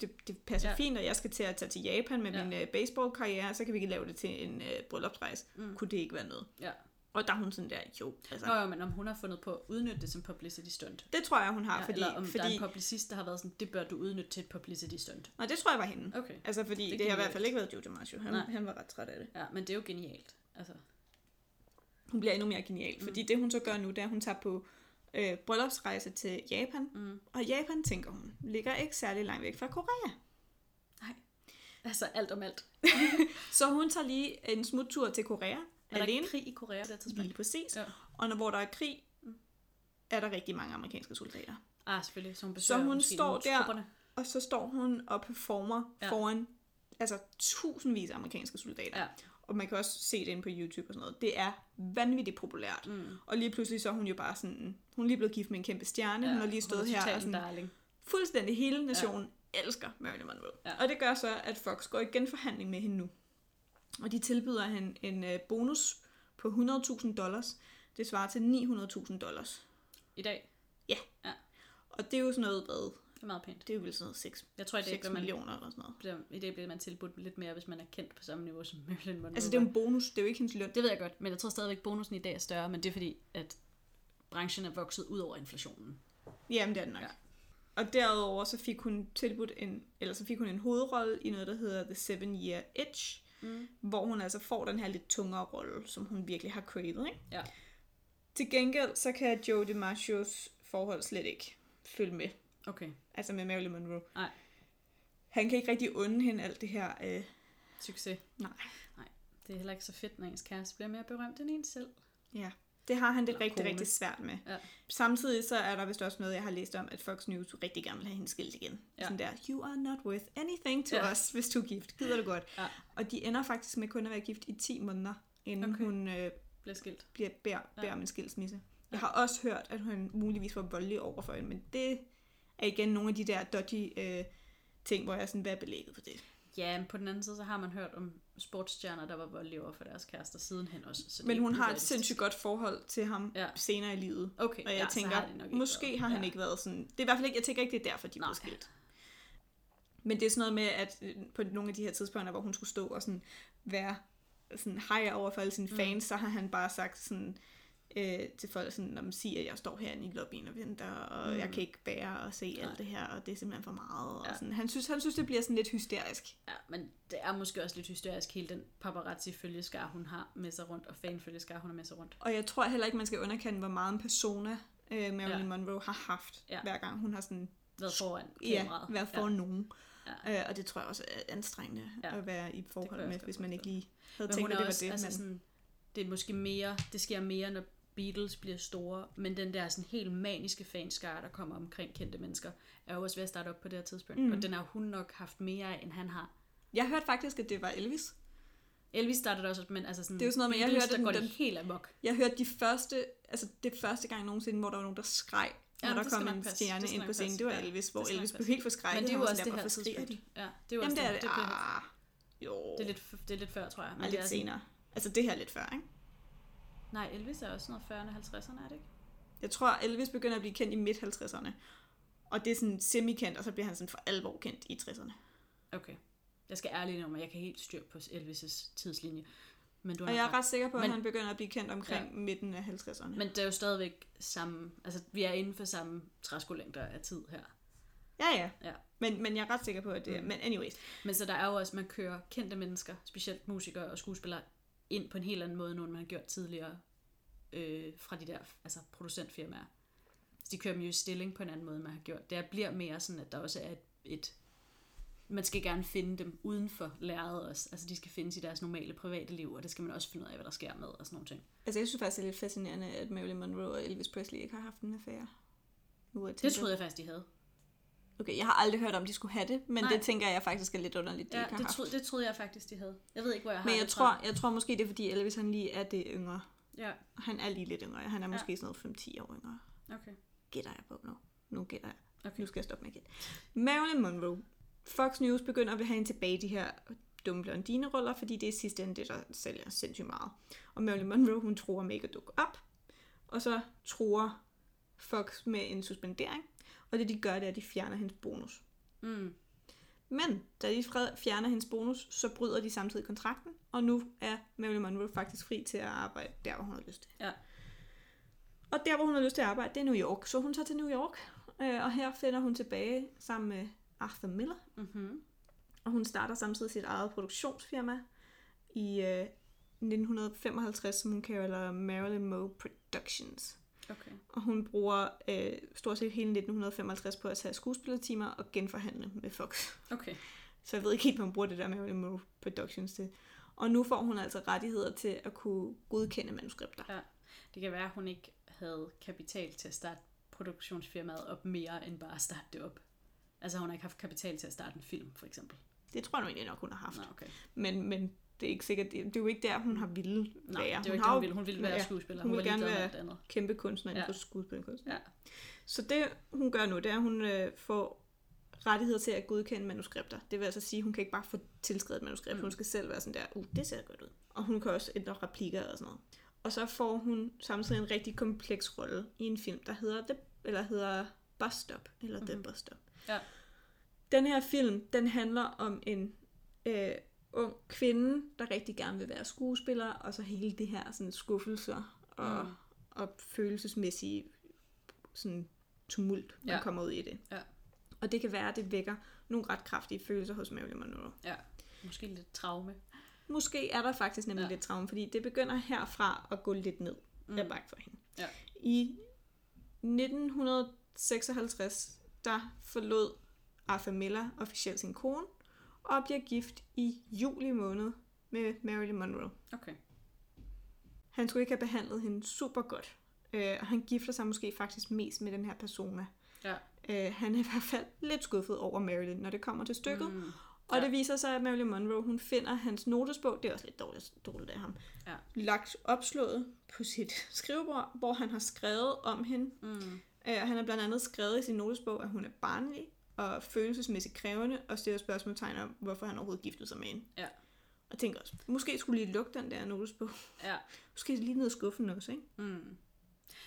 S1: det, det passer ja.
S2: Ja.
S1: fint, og jeg skal til at tage til Japan med ja.
S2: Ja.
S1: min øh, baseballkarriere, så kan vi ikke lave det til en øh, bryllupsrejse. Mm. Kunne det ikke være noget?
S2: ja.
S1: Og der er hun sådan der, jo, altså.
S2: Nå jo, men om hun har fundet på at udnytte det som publicity stunt.
S1: Det tror jeg, hun har,
S2: Ja,
S1: fordi...
S2: eller om der er
S1: fordi
S2: en publicist, der har været sådan, det bør du udnytte til et publicity stunt.
S1: nej, det tror jeg var hende.
S2: Okay.
S1: Altså, fordi det,
S2: Det
S1: det har i
S2: giver
S1: hvert fald
S2: jo
S1: ikke været Joe DiMaggio. Han,
S2: Nej.
S1: han var ret træt af det.
S2: Ja, men det er jo genialt. Altså,
S1: Hun bliver endnu mere genial, mm. fordi det hun så gør nu, det er, at hun tager på øh, bryllupsrejse til Japan.
S2: Mm.
S1: Og Japan, tænker hun, ligger ikke særlig langt væk fra Korea.
S2: altså alt om alt.
S1: Så hun tager lige en smuttur til Korea
S2: Er der
S1: alene.
S2: ikke krig i Korea på det her tidspunkt?
S1: Lige præcis.
S2: Ja.
S1: Og når, hvor der er krig, er der rigtig mange amerikanske soldater.
S2: Ah, selvfølgelig. Så hun, besøger
S1: hun
S2: måske
S1: står
S2: nogle
S1: der-
S2: trupperne.
S1: Og så står hun og performer ja.
S2: Ja.
S1: foran altså tusindvis af amerikanske soldater.
S2: Ja.
S1: Og man kan også se det inde på YouTube og sådan noget. Det er vanvittigt populært.
S2: Mm.
S1: Og lige pludselig så er hun jo bare sådan, hun er lige blevet gift med en kæmpe stjerne, ja, hun har lige stået
S2: er
S1: her
S2: total
S1: og sådan,
S2: darling.
S1: fuldstændig hele nationen ja. elsker Marilyn Monroe. Ja.
S2: Ja.
S1: Og det gør så, at Fox går i genforhandling med hende nu. Og de tilbyder hende en øh, bonus på 100.000 dollars. Det svarer til 900.000 dollars.
S2: I dag.
S1: Og det er jo sådan noget, hvad?
S2: Det er meget pænt.
S1: Det er jo vel sådan noget 6,
S2: Jeg tror, i dag,
S1: 6
S2: bliver man,
S1: millioner eller sådan noget.
S2: bliver, i dag bliver man tilbudt lidt mere, hvis man er kendt på samme niveau som Marilyn Monroe.
S1: Altså det er jo en bonus, det er jo ikke hendes løn.
S2: det ved jeg godt, men jeg tror stadigvæk, at bonusen i dag er større, men det er fordi, at branchen er vokset ud over inflationen.
S1: Jamen det er det nok. Ja.
S2: Ja.
S1: Og derudover så fik hun tilbudt en, eller så fik hun en hovedrolle i noget, der hedder The Seven Year Itch, mm. hvor hun altså får den her lidt tungere rolle, som hun virkelig har cravet, ikke?
S2: Ja.
S1: Til gengæld så kan Joe DiMaggios forhold slet ikke følge med,
S2: Okay.
S1: altså med Marilyn Monroe.
S2: Nej.
S1: Han kan ikke rigtig unde hende alt det her. Øh,
S2: Succes.
S1: nej.
S2: Det er heller ikke så fedt, når ens kæreste bliver mere berømt end en selv.
S1: Ja. Det har han det
S2: Eller
S1: rigtig,
S2: kone.
S1: rigtig svært med.
S2: Ja.
S1: Samtidig så er der vist også noget, jeg har læst om, at Fox News rigtig gerne vil have hende skilt igen. Ja.
S2: Ja.
S1: Sådan der, you are not worth anything to ja.
S2: Ja.
S1: us, hvis du er gift. Gider du godt.
S2: Ja.
S1: Og de ender faktisk med kun at være gift i 10 måneder, inden okay.
S2: Okay.
S1: hun øh,
S2: Bliver skilt.
S1: bliver bær, bær ja.
S2: Ja.
S1: om en skilsmisse. Jeg har også hørt, at hun muligvis var voldelig overfor hende, men det er igen nogle af de der dodgy øh, ting, hvor jeg er sådan, hvad er belægget for det?
S2: Ja, men på den anden side, så har man hørt om sportsstjerner, der var voldelige over for deres kærester sidenhen også. Så det er
S1: Men hun
S2: ikke
S1: har et
S2: urealistisk.
S1: sindssygt godt forhold til ham
S2: Ja.
S1: ja. senere i livet.
S2: Okay,
S1: Og jeg
S2: ja,
S1: ja,
S2: så
S1: tænker,
S2: har det nok ikke
S1: måske
S2: været.
S1: har han
S2: ja.
S1: ja. ikke været sådan... Det er i hvert fald ikke, jeg tænker ikke, det er derfor, de blev
S2: Nej.
S1: skilt. Men det er sådan noget med, at øh, på nogle af de her tidspunkter, hvor hun skulle stå og sådan være sådan hej over for alle sine fans, mm. så har han bare sagt sådan øh, til folk, sådan, når man siger, at jeg står herinde i lobbyen og venter, og mm. jeg kan ikke bære og se alt det her, og det er simpelthen for meget. Ja. Og
S2: Ja.
S1: sådan. Han, synes, han synes, det bliver sådan lidt hysterisk.
S2: Ja, men det er måske også lidt hysterisk, hele den paparazzi-følgeskar, hun har med sig rundt, og fan-følgeskar, hun har med sig rundt.
S1: Og jeg tror heller ikke, man skal underkende, hvor meget en persona øh, Marilyn ja.
S2: Ja.
S1: Monroe har haft, ja.
S2: Ja.
S1: hver gang hun har sådan
S2: Været foran
S1: ja,
S2: kameraet.
S1: være for ja. nogen. Ja.
S2: Ja.
S1: Øh, og det tror jeg også er anstrengende ja.
S2: Ja,
S1: at være i
S2: kan
S1: forhold
S2: jeg
S1: med,
S2: også godt
S1: hvis man ikke
S2: forstå.
S1: lige havde
S2: Men
S1: tænkt,
S2: hun er
S1: at det var
S2: også,
S1: det.
S2: altså
S1: men,
S2: sådan, det er måske mere, det sker mere, når Beatles bliver store, men den der sådan helt maniske fanskare, der kommer omkring kendte mennesker, er jo også ved at starte op på det her tidspunkt.
S1: Mm.
S2: Mm. Og den har hun nok haft mere af, end han har.
S1: Jeg hørte faktisk, at det var Elvis.
S2: Elvis startede også, op, men altså sådan,
S1: Det er jo sådan noget med, jeg
S2: Beatles,
S1: hørte
S2: der går
S1: den-
S2: det helt amok.
S1: Jeg hørte de første, altså det første gang nogensinde, hvor der var nogen, der skreg,
S2: Ja,
S1: ja, når
S2: men
S1: der
S2: det skal
S1: kom
S2: nok
S1: en
S2: passe.
S1: stjerne
S2: Det skal
S1: ind
S2: nok
S1: på scenen.
S2: passe.
S1: Det var
S2: Ja,
S1: Elvis, hvor
S2: det skal nok
S1: Elvis blev
S2: passe.
S1: helt
S2: Men
S1: forskrækket.
S2: det er
S1: Han
S2: jo
S1: var
S2: også
S1: sådan
S2: det
S1: der,
S2: her
S1: "Hvorfor skriger
S2: tidspunkt.
S1: de?"
S2: Ja, det er jo
S1: Jamen
S2: også
S1: det er det.
S2: det, bliver-
S1: Ah, jo.
S2: det, er lidt, f- det er lidt før, tror jeg. Men
S1: Ej,
S2: det er
S1: lidt
S2: sådan-
S1: senere. Altså det her er lidt før, ikke?
S2: Nej, Elvis er også sådan noget 40'erne, 50'erne, er det ikke?
S1: Jeg tror, Elvis begynder at blive kendt i midt-50'erne. Og det er sådan semikendt, og så bliver han sådan for alvor kendt i 60'erne.
S2: Okay. Jeg skal ærligt om, at jeg kan helt styr på Elvis' tidslinje. Men du har
S1: Og
S2: nok
S1: jeg er
S2: ret.
S1: ret sikker på, at
S2: Men-
S1: han begynder at blive kendt omkring ja. midten af 50'erne.
S2: Men det er jo stadigvæk samme... Altså, vi er inden for samme træskolængder af tid her.
S1: Ja, ja.
S2: Ja. Mm.
S1: Men, men jeg er ret sikker på, at det er. Men anyways.
S2: Men så der er jo også, man kører kendte mennesker, specielt musikere og skuespillere, ind på en helt anden måde, end man har gjort tidligere øh, fra de der altså producentfirmaer. Så de kører dem jo i stilling på en anden måde, end man har gjort. Der bliver mere sådan, at der også er et, et man skal gerne finde dem uden for lærredet også. Altså de skal findes i deres normale private liv, og det skal man også finde ud af, hvad der sker med og sådan nogle ting.
S1: Altså, jeg synes faktisk, det er lidt fascinerende, at Marilyn Monroe og Elvis Presley ikke har haft en affære. Nu er
S2: Det troede jeg faktisk, de havde.
S1: Okay, jeg har aldrig hørt om, de skulle have det, men
S2: Nej.
S1: Nej. det tænker jeg faktisk er lidt underligt, de
S2: Ja,
S1: ikke har
S2: det,
S1: haft.
S2: troede, det troede jeg faktisk, de havde. Jeg ved ikke, hvor jeg har
S1: Men jeg
S2: det fra.
S1: tror, jeg tror måske, det er fordi Elvis han lige er det yngre.
S2: Ja,
S1: Han er lige lidt yngre. Han er måske sådan noget 5-10 år yngre.
S2: okay.
S1: Gætter jeg på nu. Nu gætter jeg.
S2: Okay.
S1: Nu skal jeg stoppe med at gætte. Marilyn Monroe. Fox News begynder at vil have hende tilbage i de her dumme blondineroller, fordi det er i sidste ende det, der sælger sindssygt meget. Og Marilyn Monroe, hun tror med ikke at dukke op. Og så tror Fox med en suspendering. Og det de gør, det er, at de fjerner hendes bonus.
S2: Mm.
S1: Men da de fred- fjerner hendes bonus, så bryder de samtidig kontrakten, og nu er Marilyn Monroe faktisk fri til at arbejde der, hvor hun har lyst til.
S2: Ja.
S1: Og der, hvor hun har lyst til at arbejde, det er New York. Så hun tager til New York, øh, og her finder hun tilbage sammen med Arthur Miller,
S2: Mm-hmm.
S1: og hun starter samtidig sit eget produktionsfirma i øh, 1955, som hun kalder Marilyn Monroe Productions.
S2: Okay.
S1: Og hun bruger øh, stort set hele 1955 på at tage skuespillertimer og genforhandle med Fox.
S2: Okay.
S1: Så jeg ved ikke helt, hvad hun bruger det der med Monroe Productions til. Og nu får hun altså rettigheder til at kunne godkende manuskripter.
S2: Det kan være, at hun ikke havde kapital til at starte produktionsfirmaet op mere, end bare at starte det op. Altså, hun har ikke haft kapital til at starte en film, for eksempel.
S1: Det tror jeg nu egentlig nok, hun har haft.
S2: Nå,
S1: Nej.
S2: okay.
S1: Men, men det er ikke sikkert, det, det er jo ikke der, hun har ville
S2: Nej,
S1: være.
S2: det var ikke
S1: har
S2: det, hun
S1: jo
S2: ville. Hun ville være
S1: Ja,
S2: skuespiller.
S1: hun
S2: Hun, hun var
S1: ville
S2: ligeglad
S1: gerne
S2: med
S1: være-
S2: alt andet.
S1: kæmpe kunstner inden
S2: Ja.
S1: for skuespillerkunst.
S2: Ja.
S1: Så det, hun gør nu, det er, at hun øh, får rettigheder til at godkende manuskripter. Det vil altså sige, at hun kan ikke bare få tilskrevet et manuskript.
S2: Mm.
S1: Mm. Hun skal selv være sådan der, uh, det ser godt ud. Og hun kan også ændre replikker og sådan noget. Og så får hun samtidig en rigtig kompleks rolle i en film, der hedder, The, eller hedder Bus Stop. Eller mm-hmm.
S2: Mhm.
S1: The Bus Stop.
S2: Ja.
S1: Den her film, den handler om en øh, ung kvinde, der rigtig gerne vil være skuespiller, og så hele det her sådan, skuffelser og
S2: Mm.
S1: og følelsesmæssige sådan tumult, man
S2: Ja.
S1: ja. kommer ud i det.
S2: Ja.
S1: Og det kan være, at det vækker nogle ret kraftige følelser hos Marilyn Monroe.
S2: Måske lidt traume.
S1: Måske er der faktisk nemlig
S2: Ja.
S1: ja. lidt traume, fordi det begynder herfra at gå lidt ned mm. ad bakke for hende.
S2: Ja.
S1: I 1956, der forlod Arthur Miller officielt sin kone, og bliver gift i juli måned med Marilyn Monroe.
S2: Okay.
S1: Han skulle ikke have behandlet hende super godt. Øh, og han gifter sig måske faktisk mest med den her persona.
S2: Ja.
S1: Øh, han er i hvert fald lidt skuffet over Marilyn, når det kommer til stykket. Mm.
S2: Mm.
S1: Og
S2: ja.
S1: det viser sig, at Marilyn Monroe, hun finder hans notesbog, det er også lidt dårligt, dårligt af ham,
S2: Ja.
S1: lagt opslået på sit skrivebord, hvor han har skrevet om hende.
S2: Mm.
S1: Øh, og han har blandt andet skrevet i sin notesbog, at hun er barnlig og følelsesmæssigt krævende, og stiller spørgsmålstegn om, hvorfor han overhovedet giftede sig med hende.
S2: Ja.
S1: Og tænker også, måske skulle lige lukke den der notesbog.
S2: Ja.
S1: Måske lige ned i skuffen også, ikke?
S2: Mm.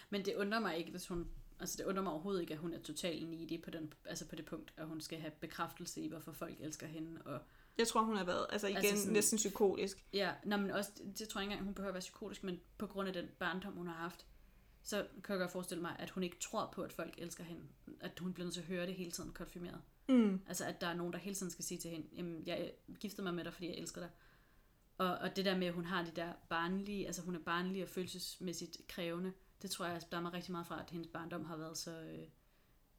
S2: Men det undrer mig ikke, hvis hun... Altså, det undrer mig overhovedet ikke, at hun er totalt needy på, den, altså på det punkt, at hun skal have bekræftelse i, hvorfor folk elsker hende. Og,
S1: Jeg tror, hun har været, altså igen,
S2: Altså
S1: altså
S2: sådan-
S1: sådan... næsten psykotisk.
S2: ja, nå, men også, det, det tror jeg ikke engang, hun behøver at være psykotisk, men på grund af den barndom, hun har haft, så kan jeg godt forestille mig, at hun ikke tror på, at folk elsker hende. At hun bliver nødt til at høre det hele tiden konfirmeret.
S1: Mm.
S2: Altså, at der er nogen, der hele tiden skal sige til hende, jamen, jeg giftede mig med dig, fordi jeg elsker dig. Og, og det der med, at hun har det der barnlige, altså hun er barnlig og følelsesmæssigt krævende, det tror jeg stammer rigtig meget fra, at hendes barndom har været så øh,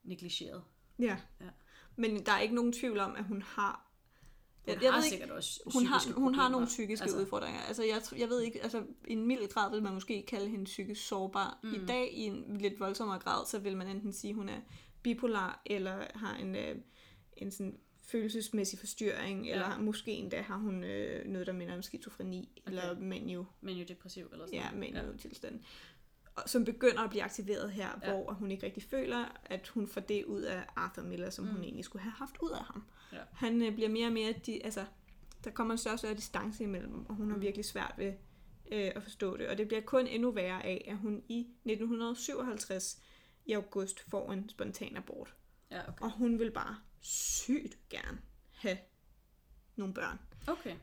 S2: negligeret.
S1: Ja.
S2: Ja.
S1: ja. Men der er ikke nogen tvivl om, at hun har...
S2: Hun
S1: Jeg-
S2: jeg
S1: jeg
S2: har
S1: ved ikke-
S2: sikkert også
S1: Hun
S2: psykiske
S1: har, hun har
S2: problemer.
S1: nogle psykiske
S2: altså,
S1: altså... udfordringer. Altså, jeg, tr- jeg ved ikke, altså, i en mild grad vil man måske kalde hende psykisk sårbar. Mm. I dag, i en lidt voldsommere grad, så vil man enten sige, at hun er bipolar, eller har en, øh, en sådan følelsesmæssig forstyrring,
S2: Ja.
S1: ja. eller har- måske endda har hun øh, noget, der minder om skizofreni, okay. eller manio
S2: Men jo depressiv eller sådan
S1: Ja,
S2: noget.
S1: men ja. tilstand. Og som begynder at blive aktiveret her,
S2: Ja.
S1: ja. hvor hun ikke rigtig føler, at hun får det ud af Arthur Miller, som mm. hun egentlig skulle have haft ud af ham.
S2: Ja.
S1: Han øh, bliver mere og mere, de, altså, der kommer en større og større distance imellem, dem, og
S2: Mm.
S1: hun har virkelig svært ved øh, at forstå det. Og det bliver kun endnu værre af, at hun i 1957 i august får en spontan abort.
S2: Ja, okay.
S1: Og hun vil bare sygt gerne have nogle børn
S2: okay.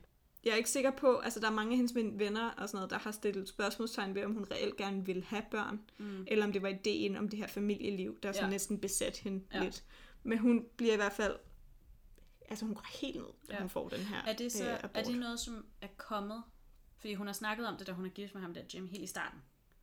S1: jeg er ikke sikker på, altså der er mange af hendes ven- venner og sådan noget, der har stillet spørgsmålstegn ved, om hun reelt gerne ville have børn,
S2: Mm.
S1: eller om det var ideen om det her familieliv, der
S2: Ja.
S1: ja. sådan næsten besat hende
S2: Ja.
S1: ja. lidt. Men hun bliver i hvert fald altså hun går helt ned, da
S2: Ja.
S1: hun får den her
S2: Er det, så,
S1: øh, abort.
S2: er det noget, som er kommet? Fordi hun har snakket om det, da hun er gift med ham der Jim helt i starten.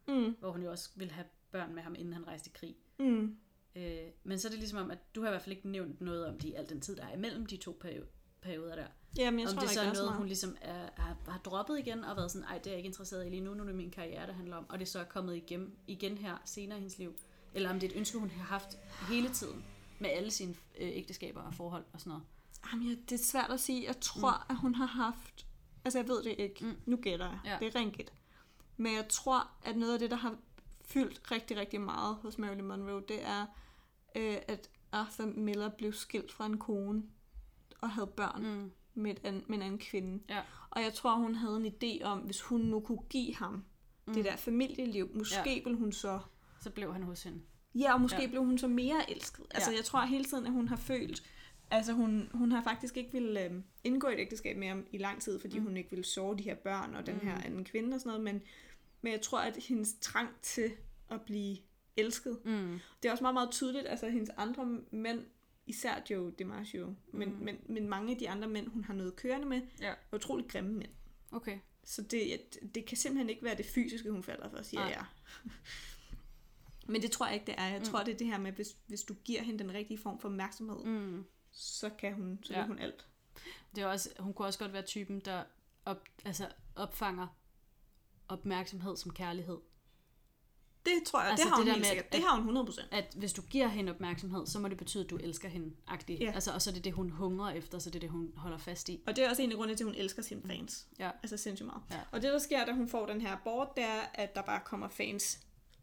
S1: Mm,
S2: Hvor hun jo også ville have børn med ham, inden han rejste i krig.
S1: mm,
S2: Øh, men så er det ligesom om, at du har i hvert fald ikke nævnt noget om det i al den tid, der er imellem de to perio- perioder der.
S1: Jamen, jeg
S2: om
S1: tror
S2: det
S1: ikke,
S2: så
S1: der
S2: er
S1: er så
S2: noget,
S1: meget.
S2: hun ligesom er, har, har droppet igen, og været sådan, ej, det er jeg ikke interesseret i lige nu, nu er det min karriere, der handler om, og det så er kommet igen, igen her senere i hendes liv. Eller om det er et ønske, hun har haft hele tiden, med alle sine øh, ægteskaber og forhold og sådan noget.
S1: Jamen, ja, det er svært at sige. Jeg tror, mm. at hun har haft... Altså, jeg ved det ikke.
S2: Mm.
S1: Mm. Nu gætter jeg.
S2: Ja.
S1: Ja. Det er rent gæt. Men jeg tror, at noget af det, der har fyldt rigtig, rigtig meget hos Marilyn Monroe, det er, øh, at Arthur Miller blev skilt fra en kone og havde børn
S2: Mm.
S1: med, et an, med en anden kvinde.
S2: Ja.
S1: Og jeg tror, hun havde en idé om, hvis hun nu kunne give ham mm. det der familieliv, måske ja. ville hun så...
S2: Så blev han hos hende.
S1: Ja, og måske
S2: Ja.
S1: ja. blev hun så mere elsket. Altså,
S2: Ja.
S1: ja. jeg tror hele tiden, at hun har følt... Altså, hun, hun har faktisk ikke ville øh, indgå i et ægteskab mere i lang tid, fordi mm. hun ikke ville sove de her børn og den mm. her anden kvinde og sådan noget. Men, men jeg tror, at hendes trang til at blive elsket,
S2: Mm.
S1: det er også meget, meget tydeligt. Altså, hendes andre mænd, især Joe DiMaggio, men,
S2: Mm.
S1: mm. men, men mange af de andre mænd, hun har noget kørende med,
S2: Ja.
S1: er utroligt grimme mænd.
S2: Okay.
S1: Så det, ja, det- det kan simpelthen ikke være det fysiske, hun falder for, siger
S2: Nej.
S1: Nej. jeg. Men det tror jeg ikke, det er. Jeg
S2: Mm.
S1: tror, det er det her med, hvis, hvis du giver hende den rigtige form for opmærksomhed, mm.
S2: Mm.
S1: så kan hun, så
S2: Ja.
S1: ja. hun alt.
S2: Det er også, hun kunne også godt være typen, der op, altså opfanger opmærksomhed som kærlighed.
S1: Det tror jeg,
S2: Altså,
S1: altså, det har
S2: det
S1: hun
S2: der
S1: helt
S2: med,
S1: sikkert.
S2: at-
S1: det har hun 100%.
S2: At hvis du giver hende opmærksomhed, så må det betyde, at du elsker hende.
S1: Ja.
S2: Yeah. Altså, og så er det det, hun hungrer efter, så det er det, hun holder fast i.
S1: Og det er også en af grundene til, at hun elsker sine
S2: Mm.
S1: fans.
S2: Ja.
S1: Altså sindssygt meget.
S2: Ja.
S1: Og det, der sker, da hun får den her abort, det er, at der bare kommer fans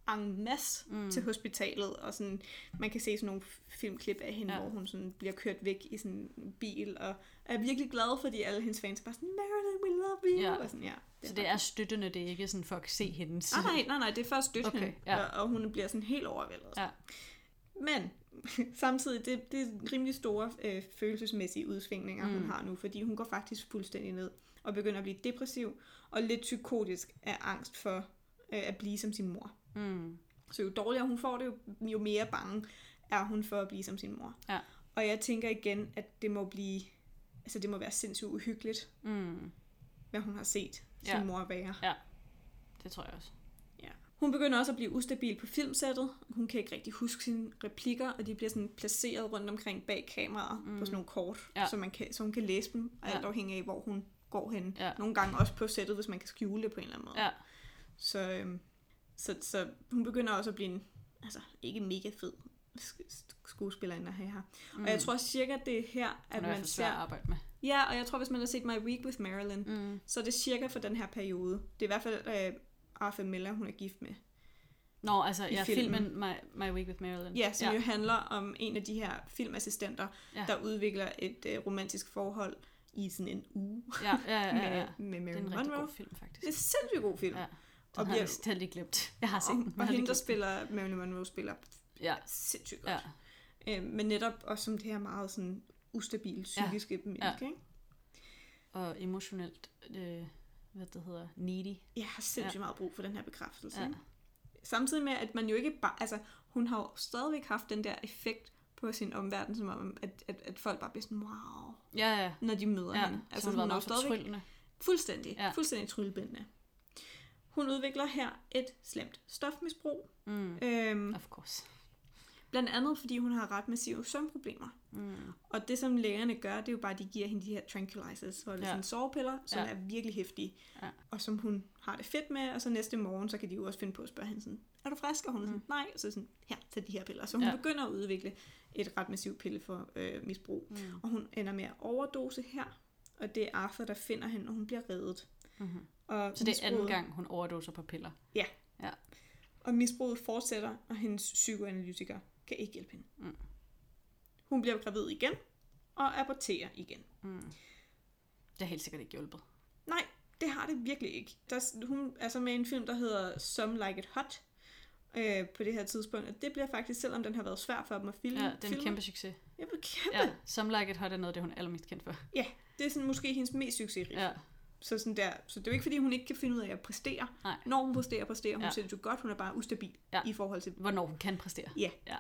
S1: en masse
S2: Mm.
S1: mm. til hospitalet, og sådan, man kan se sådan nogle filmklip af hende,
S2: Ja.
S1: ja. hvor hun sådan bliver kørt væk i sådan en bil, og er virkelig glad, fordi alle hendes fans er bare sådan, Marilyn, we love you,
S2: Ja.
S1: ja. og sådan, ja.
S2: Det så det er støttende, det er ikke sådan, for at se hendes.
S1: Ah, nej, nej, nej, det er først støtten,
S2: Okay,
S1: okay,
S2: ja.
S1: ja. og, og hun bliver sådan helt overvældet.
S2: Ja.
S1: Men samtidig, det, det er rimelig store øh, følelsesmæssige udsvingninger, mm.
S2: Mm.
S1: hun har nu, fordi hun går faktisk fuldstændig ned og begynder at blive depressiv og lidt psykotisk af angst for øh, at blive som sin mor.
S2: Mm.
S1: Så jo dårligere hun får det, jo, jo mere bange er hun for at blive som sin mor.
S2: Ja.
S1: Og jeg tænker igen, at det må blive, altså det må være sindssygt uhyggeligt,
S2: Mm.
S1: hvad hun har set sin
S2: Ja.
S1: mor være.
S2: Det tror jeg også.
S1: Ja. Hun begynder også at blive ustabil på filmsættet. Hun kan ikke rigtig huske sine replikker, og de bliver sådan placeret rundt omkring bag kameraet mm. på sådan nogle kort,
S2: Ja.
S1: ja. så, man kan, så hun kan læse dem, og
S2: Ja.
S1: ja. alt afhængig af, hvor hun går hen.
S2: Ja.
S1: Nogle gange også på sættet, hvis man kan skjule det på en eller anden måde.
S2: Ja.
S1: Så, øhm, så, så hun begynder også at blive en, altså ikke mega fed sk- sk- skuespillerinde at have her. Mm. Og jeg tror cirka, det er her,
S2: Hun
S1: at
S2: er i hvert
S1: man
S2: fald svær at
S1: ser...
S2: arbejde med.
S1: Ja, og jeg tror, hvis man har set My Week with Marilyn,
S2: Mm.
S1: så er det cirka for den her periode. Det er i hvert fald øh, Arthur Miller, hun er gift med.
S2: Nå, altså,
S1: I
S2: ja, filmen,
S1: filmen.
S2: filmen My, My Week with Marilyn.
S1: Ja, som
S2: ja.
S1: ja. jo handler om en af de her filmassistenter,
S2: Ja.
S1: ja. der udvikler et øh, romantisk forhold i sådan en uge
S2: ja, ja, ja, ja, ja.
S1: med, med
S2: Det er en
S1: Marilyn
S2: rigtig
S1: Monroe.
S2: god film, faktisk.
S1: Det er en sindssygt god film.
S2: Ja,
S1: Ja.
S2: Den og
S1: og
S2: har jeg
S1: bliver-
S2: stadig lige glemt. Jeg har set den. men
S1: Og, og
S2: har lige glemt
S1: hende, der
S2: den.
S1: spiller Marilyn Monroe, spiller
S2: Ja,
S1: sindssygt godt.
S2: ja.
S1: Ja. Øh, men netop også som det her meget sådan ustabile psykiske ja. menneske, ikke?
S2: Og emotionelt, øh, hvad det hedder, needy.
S1: Jeg har sindssygt ja. meget brug for den her bekræftelse.
S2: Ja.
S1: Ja. Samtidig med, at man jo ikke bare... Altså, hun har jo stadigvæk haft den der effekt på sin omverden, som om, at, at, at folk bare bliver sådan, wow,
S2: Ja, ja.
S1: når de møder
S2: ja.
S1: hende.
S2: Altså, hun, hun
S1: har
S2: var
S1: jo
S2: meget fortryllende.
S1: Fuldstændig.
S2: Ja.
S1: Ja. Fuldstændig tryllebindende. Hun udvikler her et slemt stofmisbrug.
S2: Mm.
S1: Øhm,
S2: Of course.
S1: blandt andet fordi hun har ret massive søvnproblemer.
S2: Mm.
S1: Og det som lægerne gør, det er jo bare, at de giver hende de her tranquilizers, hvor det er
S2: Ja.
S1: sådan sovepiller, som
S2: Ja.
S1: ja. er virkelig hæftige.
S2: Ja.
S1: Og som hun har det fedt med, og så næste morgen, så kan de jo også finde på at spørge hende sådan, er du frisk? Og hun er sådan, nej. Og så er sådan, her, tag de her piller. Så hun
S2: Mm. Ja.
S1: ja. begynder at udvikle et ret massivt pille for øh, misbrug.
S2: Mm.
S1: Og hun ender med at overdose her, og det er Arthur, der finder hende, og hun bliver reddet.
S2: Mm-hmm.
S1: Og
S2: Så det er anden
S1: misbruget-
S2: gang, hun overdoser på piller.
S1: Og misbruget fortsætter, og hendes psykoanalytiker kan ikke hjælpe hende.
S2: Mm.
S1: Hun bliver gravid igen, og aborterer igen.
S2: Mm. Det har helt sikkert ikke hjulpet.
S1: Nej, det har det virkelig ikke. Der, s- hun er så med i en film, der hedder Some Like It Hot, øh, på det her tidspunkt. Og det bliver faktisk, selvom den har været svær for dem at filme.
S2: Ja, det er en
S1: filme-
S2: kæmpe succes.
S1: Ja, det er kæmpe.
S2: Ja,
S1: Ja.
S2: Some Like It Hot er noget, af det hun er allermest kendt for.
S1: Det er sådan, måske hendes mest succesrige.
S2: Ja,
S1: Så, sådan der. så det er jo ikke, fordi hun ikke kan finde ud af at præstere.
S2: Nej.
S1: Når hun præsterer, præsterer hun
S2: Ja.
S1: ja. sindssygt godt. Hun er bare ustabil
S2: Ja.
S1: ja. i forhold til...
S2: hvornår hun kan præstere.
S1: Ja.
S2: ja.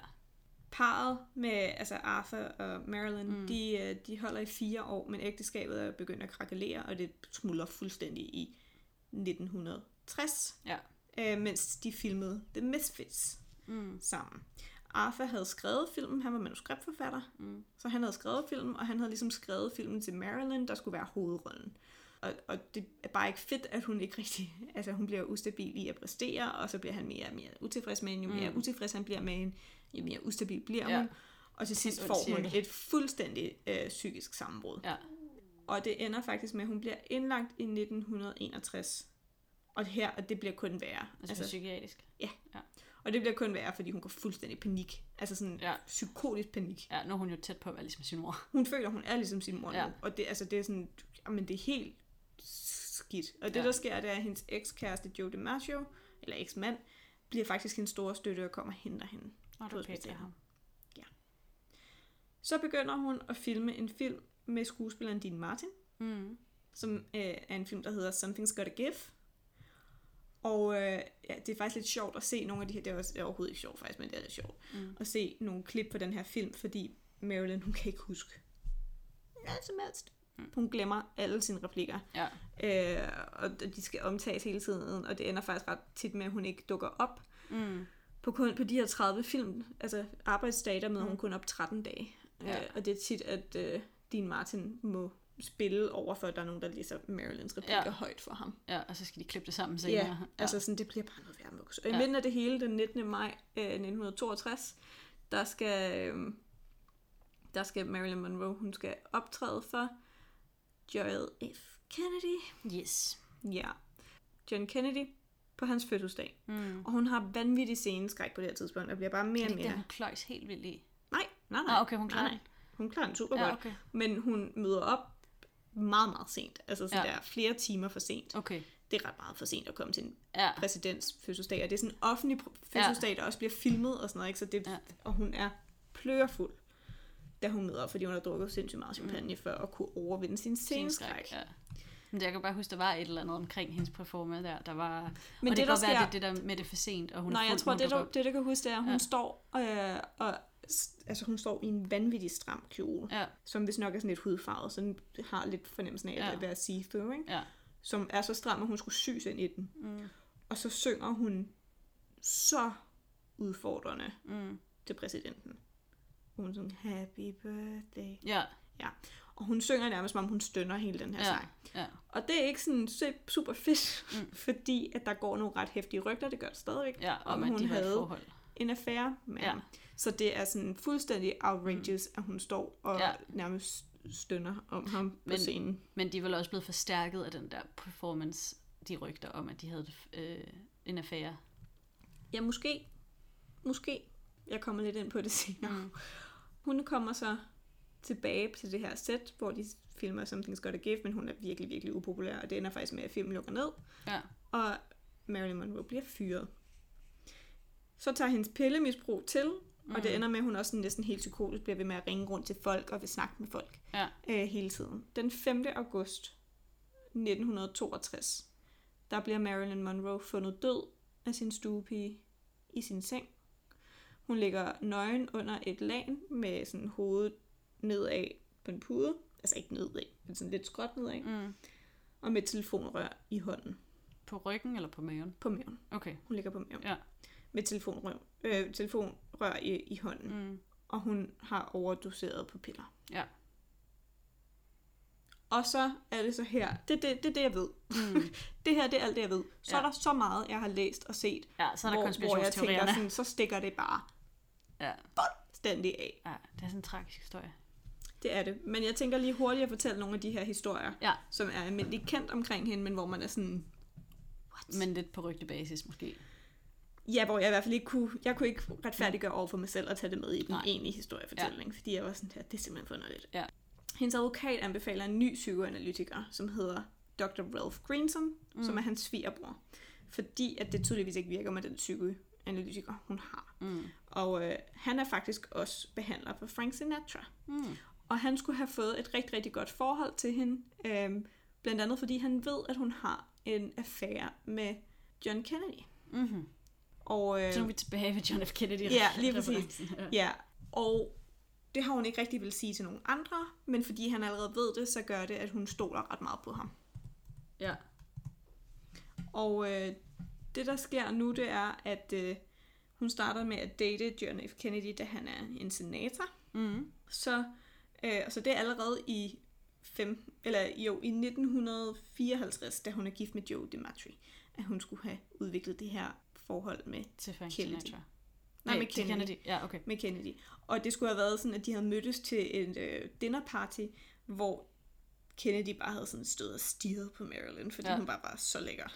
S1: Parret med altså Arthur og Marilyn,
S2: Mm.
S1: mm. de, øh, de holder i fire år, men ægteskabet er begyndt at krakalere, og det smuldrer fuldstændig i 1960,
S2: Ja.
S1: øh, mens de filmede The Misfits
S2: Mm.
S1: sammen. Arthur havde skrevet filmen, han var manuskriptforfatter,
S2: Mm.
S1: så han havde skrevet filmen, og han havde ligesom skrevet filmen til Marilyn, der skulle være hovedrollen. Og, og det er bare ikke fedt, at hun ikke rigtig... Altså, hun bliver ustabil i at præstere, og så bliver han mere og mere utilfreds med hende. Jo mere
S2: Mm.
S1: mm. utilfreds han bliver med hende, jo mere ustabil bliver
S2: Ja.
S1: ja. hun. Og til sidst
S2: en ond
S1: får hun
S2: cirkel.
S1: et fuldstændig øh, psykisk sammenbrud.
S2: Ja.
S1: Og det ender faktisk med, at hun bliver indlagt i 1961. Og her, og det bliver kun værre.
S2: Altså, altså psykiatrisk.
S1: og det bliver kun værre, fordi hun går fuldstændig i panik. Altså sådan
S2: Ja.
S1: ja. psykotisk panik.
S2: Ja, nu er hun jo tæt på at være ligesom sin mor.
S1: hun føler, hun er ligesom sin mor nu.
S2: Ja.
S1: Ja. Og det, altså, det er sådan, jamen det er helt skidt. Og det,
S2: Ja.
S1: ja. der sker, det er, at hendes ekskæreste Joe DiMaggio, eller eksmand, bliver faktisk hendes store støtte og kommer og henter hende.
S2: Og du
S1: På
S2: er pænt af
S1: hospitalet.
S2: ham.
S1: Så begynder hun at filme en film med skuespilleren Dean Martin,
S2: Mm.
S1: som øh, er en film, der hedder Something's Gotta Give. Og øh, ja, det er faktisk lidt sjovt at se nogle af de her, det er, også, det er overhovedet ikke sjovt faktisk, men det er lidt sjovt,
S2: Mm.
S1: at se nogle klip på den her film, fordi Marilyn, hun kan ikke huske noget som helst.
S2: Mm.
S1: Hun glemmer alle sine replikker.
S2: Ja.
S1: Øh, og de skal omtages hele tiden, og det ender faktisk ret tit med, at hun ikke dukker op
S2: Mm.
S1: på, kun, på de her 30 film, altså arbejdsdage, der møder
S2: Mm.
S1: hun kun op 13 dage.
S2: Ja.
S1: Ja. Øh, og det er tit, at øh, Dean Martin må spille over for, at der er nogen, der læser Marilyns replikker
S2: Ja.
S1: ja. højt for ham.
S2: ja, og så skal de klippe det sammen senere.
S1: Ja, ja, altså sådan, det bliver bare noget værre muks. Og i
S2: Ja.
S1: midten af det hele, den 19. maj øh, 1962, der skal, øh, der skal Marilyn Monroe, hun skal optræde for Joel F. Kennedy.
S2: Yes.
S1: Ja. John Kennedy på hans fødselsdag.
S2: Mm.
S1: Og hun har vanvittig sceneskræk på det her tidspunkt, og bliver bare mere
S2: Er
S1: og
S2: det ikke
S1: mere...
S2: den, hun kløjs helt vildt i?
S1: Nej, nej, nej.
S2: Ah, okay, hun klarer
S1: nej,
S2: den.
S1: nej. Hun klarer den super
S2: Ja,
S1: ja. godt.
S2: okay.
S1: Men hun møder op meget, meget sent. Altså sådan
S2: Ja.
S1: ja. der er flere timer for sent.
S2: Okay.
S1: Det er ret meget for sent at komme til en
S2: Ja.
S1: præsidents fødselsdag, og det er sådan en offentlig pr- fødselsdag, ja. der også bliver filmet og sådan noget, ikke? Så det,
S2: Ja.
S1: ja. og hun er plørfuld, da hun møder op, fordi hun har drukket sindssygt meget champagne mm. for at kunne overvinde sin sceneskræk.
S2: Ja. Men jeg kan bare huske, der var et eller andet omkring hendes performance der. der var... Men
S1: Men
S2: og det, det
S1: det,
S2: kan
S1: der
S2: godt være,
S1: sker,
S2: det er det der med det er for sent, og hun
S1: Nej,
S2: er
S1: jeg
S2: fuld,
S1: tror,
S2: når hun
S1: det du,
S2: dukker op.
S1: det du kan huske, det er, at hun
S2: Ja.
S1: ja. står øh, og s- altså, hun står i en vanvittig stram kjole,
S2: Ja,
S1: som hvis nok er sådan lidt hudfarvet, så den har lidt fornemmelsen af at
S2: Ja.
S1: ja. være see-through, ikke?
S2: ja.
S1: som er så stram, at hun skulle syes ind i den.
S2: Mm.
S1: Og så synger hun så udfordrende
S2: Mm.
S1: til præsidenten. Hun er sådan, happy birthday.
S2: Ja,
S1: Og hun synger nærmest, som om hun stønner hele den her
S2: Ja.
S1: ja. sang.
S2: ja.
S1: Og det er ikke sådan se- super fedt,
S2: Mm.
S1: mm. fordi at der går nogle ret hæftige rygter, det gør det stadigvæk,
S2: ja. Om,
S1: Om
S2: at
S1: hun
S2: de var i et
S1: havde-
S2: forhold.
S1: en affære med
S2: Ja.
S1: ja. ham. Så det er sådan fuldstændig outrageous, mm. at hun står og
S2: Ja.
S1: ja. nærmest stønner om ham på
S2: Men-
S1: Men, scenen.
S2: Men de er vel også blevet forstærket af den der performance, de rygter om, at de havde øh, en affære.
S1: Ja, måske. Måske. Jeg kommer lidt ind på det senere.
S2: Mm.
S1: Hun kommer så tilbage til det her sæt, hvor de filmer Something's Gotta Give, men hun er virkelig, virkelig upopulær, og det ender faktisk med, at filmen lukker ned,
S2: Ja.
S1: og Marilyn Monroe bliver fyret. Så tager hendes pillemisbrug til, mm. og det ender med, at hun også sådan næsten helt psykotisk bliver ved med at ringe rundt til folk og vil snakke med folk
S2: Ja.
S1: øh, hele tiden. Den 5. august 1962, der bliver Marilyn Monroe fundet død af sin stuepige i sin seng. Hun ligger nøgen under et lagen med sådan hovedet nedad på en pude. Altså ikke nedad, men sådan lidt skråt nedad.
S2: Mm.
S1: Og med et telefonrør i hånden
S2: På ryggen eller på maven?
S1: på maven.
S2: Okay.
S1: Hun ligger på maven.
S2: Ja.
S1: Med et telefonrør, øh, telefonrør i, i hånden. Mm.
S2: Mm.
S1: Og hun har overdoseret på piller.
S2: Ja.
S1: Og så er det så her. Det er det, det, det, jeg ved.
S2: Mm.
S1: Det her, det er alt det, jeg ved. Så
S2: Ja.
S1: er der så meget, jeg har læst og set,
S2: Ja, så er der
S1: hvor, hvor jeg tænker,
S2: konspirationsteorierne.
S1: sådan, så stikker det bare
S2: Ja.
S1: stændig af.
S2: ja, det er sådan en tragisk historie.
S1: Det er det. Men jeg tænker lige hurtigt at fortælle nogle af de her historier,
S2: Ja.
S1: som er almindeligt kendt omkring hende, men hvor man er sådan...
S2: Men lidt på rygtebasis måske.
S1: Ja, hvor jeg i hvert fald ikke kunne... Jeg kunne ikke retfærdiggøre over for mig selv at tage det med i den
S2: Nej.
S1: Nej. egentlige historiefortælling, ja. fordi jeg var sådan her, det er simpelthen for underligt.
S2: Ja.
S1: Hendes advokat anbefaler en ny psykoanalytiker, som hedder Dr. Ralph Greenson, mm. som er hans svigerbror, fordi at det tydeligvis ikke virker med den psykoanalytiker, hun har.
S2: Mm.
S1: Og øh, han er faktisk også behandler for Frank Sinatra.
S2: Mm.
S1: Og han skulle have fået et rigtig, rigtig godt forhold til hende. Øhm, blandt andet fordi han ved, at hun har en affære med John Kennedy.
S2: Mm-hmm.
S1: Og, øh,
S2: Så nu er vi tilbage ved John F. Kennedy.
S1: Ja, lige
S2: referencen. Ja.
S1: ja, Og det har hun ikke rigtig vil sige til nogen andre, men fordi han allerede ved det, så gør det, at hun stoler ret meget på ham.
S2: Ja.
S1: Og øh, det, der sker nu, det er, at øh, hun starter med at date John F. Kennedy, da han er en senator.
S2: Mm.
S1: Så, øh, så det er allerede i, fem, eller, jo, i 1954, da hun er gift med Joe DiMaggio, at hun skulle have udviklet det her forhold med,
S2: Til Frank
S1: Kennedy.
S2: Sinatra.
S1: nej, med
S2: til
S1: Kennedy. Kennedy.
S2: Ja, okay.
S1: Med Kennedy. Og det skulle have været sådan, at de havde mødtes til en øh, dinnerparty, hvor Kennedy bare havde sådan stået og stirret på Marilyn, fordi
S2: Ja.
S1: ja. hun bare var så lækker.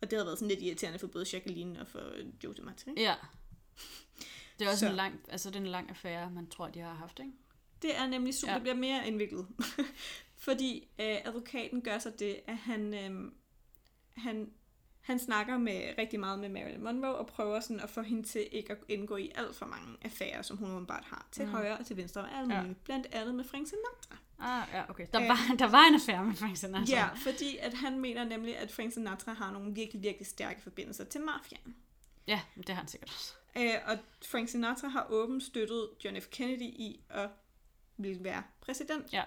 S1: Og det havde været sådan lidt irriterende for både Jacqueline og for øh, Joe DiMaggio. ikke?
S2: Ja. Det er også
S1: Så.
S2: en lang, altså det er en lang affære, man tror, de har haft, ikke?
S1: Det er nemlig super,
S2: Ja.
S1: ja. det bliver mere indviklet. Fordi øh, advokaten gør så det, at han, øh, han, han snakker med rigtig meget med Marilyn Monroe og prøver sådan at få hende til ikke at indgå i alt for mange affærer, som hun åbenbart har til
S2: Mm.
S1: mm. højre og til venstre og alt
S2: Ja.
S1: muligt. Ja. Blandt andet med Frank Sinatra.
S2: Ah, ja, okay. Der,
S1: Øh.
S2: var, der var en affære med Frank Sinatra.
S1: Ja, fordi at han mener nemlig, at Frank Sinatra har nogle virkelig, virkelig stærke forbindelser til mafiaen.
S2: Ja, det har han sikkert også.
S1: Øh, og Frank Sinatra har åbent støttet John F. Kennedy i at ville være præsident.
S2: Ja.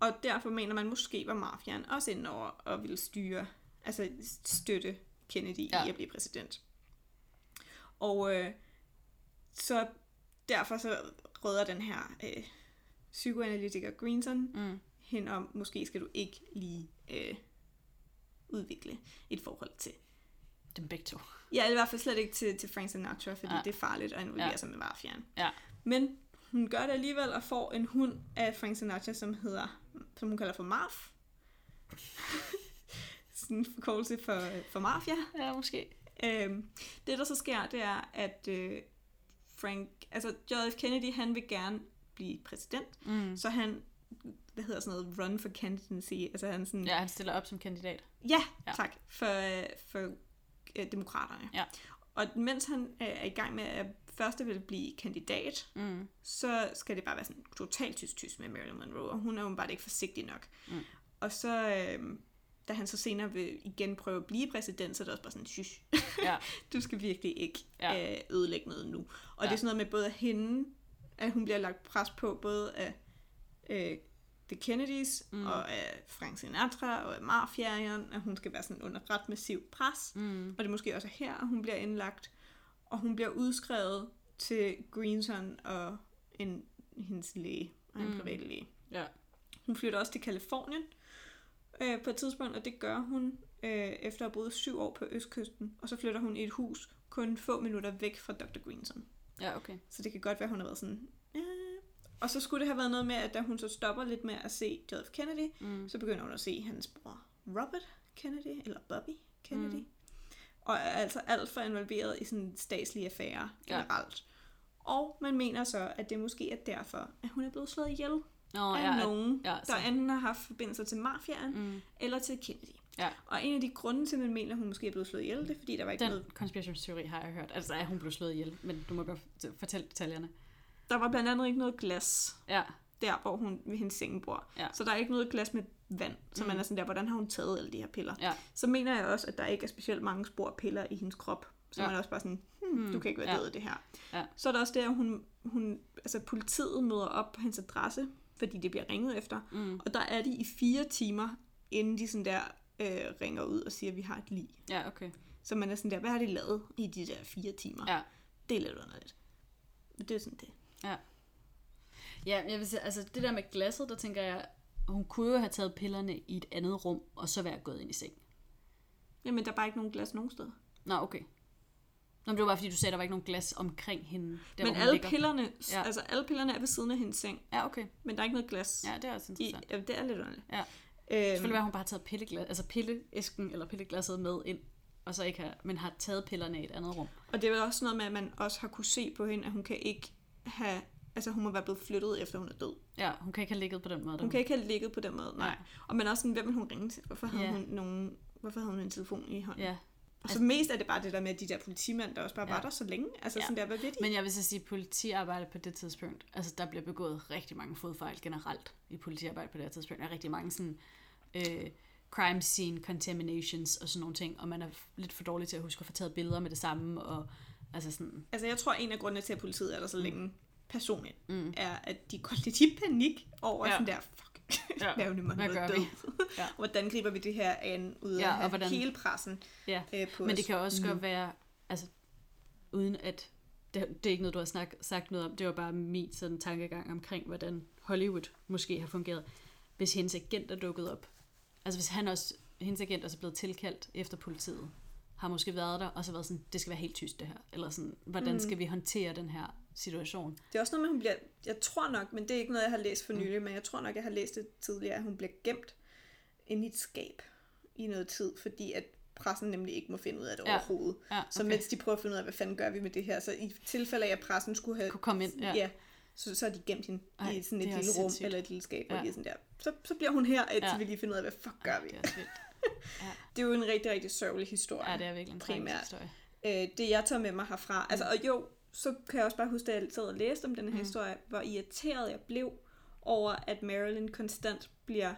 S1: Og derfor mener man måske, var mafiaen også inde over og ville styre, altså støtte Kennedy ja.
S2: Ja.
S1: i at blive præsident. Og øh, så derfor så rødder den her øh, psykoanalytiker Greenson
S2: Mm.
S1: hen om, måske skal du ikke lige øh, udvikle et forhold til
S2: Dem begge to.
S1: Ja, eller i hvert fald slet ikke til, til Frank Sinatra, fordi
S2: Nej.
S1: det er farligt at involvere
S2: Ja.
S1: sig med mafiaen.
S2: Ja.
S1: Men hun gør det alligevel og får en hund af Frank Sinatra, som hedder, som hun kalder for Marf. Sådan en forkortelse for, for mafia.
S2: Ja, måske.
S1: Øhm, det, der så sker, det er, at øh, Frank, altså John F. Kennedy, han vil gerne blive præsident,
S2: Mm.
S1: så han, hvad hedder sådan noget, run for candidacy, altså han sådan,
S2: Ja, han stiller op som kandidat.
S1: Ja,
S2: Ja.
S1: ja. tak. For, øh, for øh, demokraterne.
S2: Ja.
S1: Og mens han øh, er i gang med at først vil blive kandidat,
S2: Mm.
S1: så skal det bare være sådan totalt tysk-tysk med Marilyn Monroe, og hun er jo bare ikke forsigtig nok.
S2: Mm.
S1: Og så, øh, da han så senere vil igen prøve at blive præsident, så er det også bare sådan, shush,
S2: Ja.
S1: du skal virkelig ikke
S2: Ja.
S1: ja. øh, ødelægge noget nu. Og ja. det
S2: Ja.
S1: er sådan noget med både hende, at hun bliver lagt pres på, både af øh, The Kennedys
S2: Mm.
S1: mm. og af Frank Sinatra og af mafiaen, at hun skal være sådan under ret massiv pres. Mm.
S2: Mm.
S1: Og det er måske også her, at hun bliver indlagt. Og hun bliver udskrevet til Greenson og en, hendes læge og en
S2: Mm.
S1: mm. privatlæge.
S2: Ja.
S1: Hun flytter også til Kalifornien øh, på et tidspunkt, og det gør hun øh, efter at have boet syv år på østkysten. Og så flytter hun i et hus kun få minutter væk fra Dr. Greenson.
S2: Ja, okay.
S1: Så det kan godt være, hun har været sådan... "Ja." Og så skulle det have været noget med, at da hun så stopper lidt med at se John F. Kennedy,
S2: Mm.
S1: så begynder hun at se hans bror Robert Kennedy, eller Bobby Kennedy.
S2: Mm.
S1: Mm. Og er altså alt for involveret i sådan statslige affærer
S2: Ja.
S1: generelt. Og man mener så, at det måske er derfor, at hun er blevet slået ihjel
S2: Nå,
S1: af
S2: ja. at- altså.
S1: nogen,
S2: ja,
S1: der
S2: så-
S1: enten har haft forbindelser til mafiaen mm.
S2: Mm.
S1: eller til Kennedy.
S2: Ja.
S1: Og en af de grunde til, at man mener, at hun måske er blevet slået ihjel, det er, fordi der var ikke
S2: Den
S1: noget...
S2: konspirationsteori har jeg hørt. Altså, at hun blev slået ihjel, men du må godt f- fortælle detaljerne.
S1: Der var blandt andet ikke noget glas
S2: Ja,
S1: der, hvor hun ved hendes seng bor.
S2: Ja.
S1: Så der er ikke noget glas med vand. Så
S2: Mm.
S1: man er sådan der, hvordan har hun taget alle de her piller?
S2: ja.
S1: Så mener jeg også, at der ikke er specielt mange spor af piller i hendes krop. Så
S2: Ja. Mm.
S1: man er også bare sådan, hmm, du kan ikke være
S2: ja.
S1: død af det her.
S2: Ja.
S1: Så er der også det, at hun, hun, altså politiet møder op på hendes adresse, fordi det bliver ringet efter.
S2: Mm.
S1: Og der er de i fire timer, inden de sådan der øh, ringer ud og siger, at vi har et lig.
S2: Ja, okay.
S1: Så man er sådan der, hvad har de lavet i de der fire timer?
S2: Ja.
S1: Det er lidt underligt. Men det er sådan det.
S2: Ja, jeg vil sige, altså det der med glasset, der tænker jeg, hun kunne jo have taget pillerne i et andet rum, og så være gået ind i seng.
S1: Jamen, der er bare ikke nogen glas nogen steder.
S2: Nå, okay. Nå, men det var bare fordi, du sagde, at der var ikke nogen glas omkring hende. Der,
S1: men
S2: hvor hun
S1: alle
S2: ligger.
S1: pillerne,
S2: Ja.
S1: ja. altså alle pillerne er ved siden af hendes seng,
S2: Ja, okay.
S1: men der er ikke noget glas.
S2: Ja, det er også
S1: I,
S2: interessant. I...
S1: ja, det er lidt underligt.
S2: Ja.
S1: Øhm,
S2: Selvfølgelig være, at hun bare har taget pilleglas, altså pilleæsken eller pilleglasset med ind, og så ikke har, men har taget pillerne i et andet rum.
S1: og det er vel også noget med, at man også har kunne se på hende, at hun kan ikke have... Altså, hun må være blevet flyttet, efter hun er død.
S2: Ja, hun kan ikke have ligget på den måde. da
S1: Hun kan ikke have ligget på den måde, nej.
S2: Nej.
S1: Og men også sådan, hvem vil hun ringe til? Hvorfor havde,
S2: Ja.
S1: hun, nogen, hvorfor havde hun en telefon i hånden?
S2: Ja, altså-
S1: Og så mest er det bare det der med, at de der politimænd, der også bare
S2: Ja.
S1: ja. var der så længe. Altså
S2: Ja.
S1: ja. sådan der, hvad ved de?
S2: men jeg vil så sige, at politiarbejde på det tidspunkt, altså der bliver begået rigtig mange fodfejl generelt i politiarbejde på det her tidspunkt. Der er rigtig mange sådan øh, crime scene contaminations og sådan nogle ting, og man er f- lidt for dårlig til at huske at få taget billeder med det samme, og altså sådan,
S1: Altså jeg tror, en af grundene til, at politiet er der så længe, personligt,
S2: Mm.
S1: er, at de går lidt i panik over
S2: Ja.
S1: ja. sådan der, fuck,
S2: Ja.
S1: ja. hvad er det, man
S2: Hvad gør
S1: er
S2: vi?
S1: død?
S2: Ja.
S1: Ja. Hvordan griber vi det her an, uden
S2: Ja,
S1: ja,
S2: og
S1: at have
S2: hvordan-
S1: hvordan... hele pressen
S2: Ja.
S1: øh, på
S2: Men
S1: os?
S2: det kan også godt være, altså, uden at, det, det er ikke noget, du har snak, sagt noget om, det var bare min sådan tankegang omkring, hvordan Hollywood måske har fungeret, hvis hendes agent er dukket op. Altså hvis han også, hendes agent også er blevet tilkaldt efter politiet, har måske været der, og så været sådan, det skal være helt tyst det her, eller sådan, hvordan mm. skal vi håndtere den her situation?
S1: Det er også noget med, at hun bliver... Jeg tror nok, men det er ikke noget, jeg har læst for
S2: Mm.
S1: nylig, men jeg tror nok, jeg har læst det tidligere, at hun bliver gemt inde i et skab i noget tid, fordi at pressen nemlig ikke må finde ud af det
S2: Ja.
S1: ja. overhovedet.
S2: Ja,
S1: Så mens de prøver at finde ud af, hvad fanden gør vi med det her, så i tilfælde af, at pressen skulle have...
S2: Kunne komme ind, ja.
S1: ja. ja så, så har de gemt hende
S2: Ej,
S1: Ej, i sådan et
S2: det er
S1: lille
S2: også
S1: rum
S2: sindssygt.
S1: eller et lille skab, ja.
S2: Ja.
S1: og de er sådan der. Så, så bliver hun her, indtil
S2: Ja.
S1: ja. vi lige finder ud af, hvad fuck gør vi.
S2: Det er også vildt.
S1: Det er jo en rigtig, rigtig sørgelig historie.
S2: Ja, det Mm. er virkelig en tragisk
S1: Primært.
S2: historie.
S1: øh, det jeg tager med mig herfra. Altså, og jo, så kan jeg også bare huske, da jeg sad og læste om den her mm. historie, hvor irriteret jeg blev over, at Marilyn konstant bliver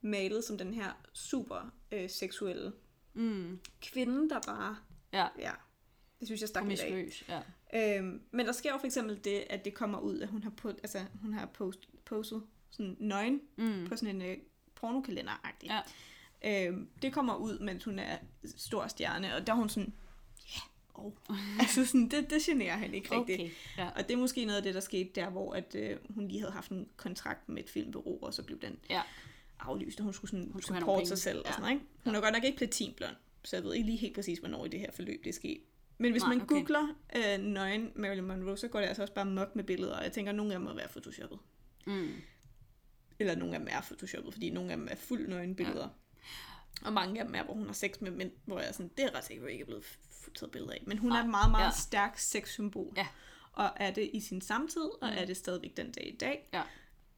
S1: malet som den her super øh, seksuelle
S2: Mm,
S1: kvinde, der bare...
S2: ja,
S1: Ja, det synes jeg stak lidt af.
S2: promiskuøs, ja.
S1: Øhm, men der sker jo for eksempel det, at det kommer ud, at hun har, put, altså, hun har post, postet sådan nøgen
S2: Mm,
S1: på sådan en øh, pornokalender-agtig.
S2: Ja.
S1: Øhm, det kommer ud, mens hun er stor stjerne, og der er hun sådan, ja, yeah, oh. altså sådan, det, det generer han ikke rigtigt.
S2: okay, ja.
S1: Og det er måske noget af det, der skete der, hvor at, øh, hun lige havde haft en kontrakt med et filmbureau, og så blev den
S2: Ja.
S1: aflyst, og hun skulle sådan
S2: Hun
S1: hun
S2: skulle have
S1: skulle
S2: nogle
S1: supporte
S2: penge.
S1: sig selv.
S2: Ja.
S1: Og sådan, noget, ikke? Hun er godt nok ikke platinblond, så jeg ved ikke lige helt præcis, hvornår i det her forløb det er sket. Men hvis
S2: Nej,
S1: Nej, man
S2: okay.
S1: okay. googler øh, nøgen Marilyn Monroe, så går det altså også bare mok med billeder, og jeg tænker, at nogle af dem må være photoshoppet.
S2: Mm.
S1: Eller nogle af dem er photoshoppet, fordi nogle af dem er fuldt nøgenbilleder. Ja. Og mange af dem er, hvor hun har sex med mænd, hvor jeg er sådan, det er ret sikkert ikke er blevet f- taget billeder af. Men hun
S2: Nej,
S1: er et meget, meget
S2: Ah, ja.
S1: ja. stærk sexsymbol.
S2: Ja. Mm.
S1: Og er det i sin samtid, og er det stadigvæk den dag i dag.
S2: Ja.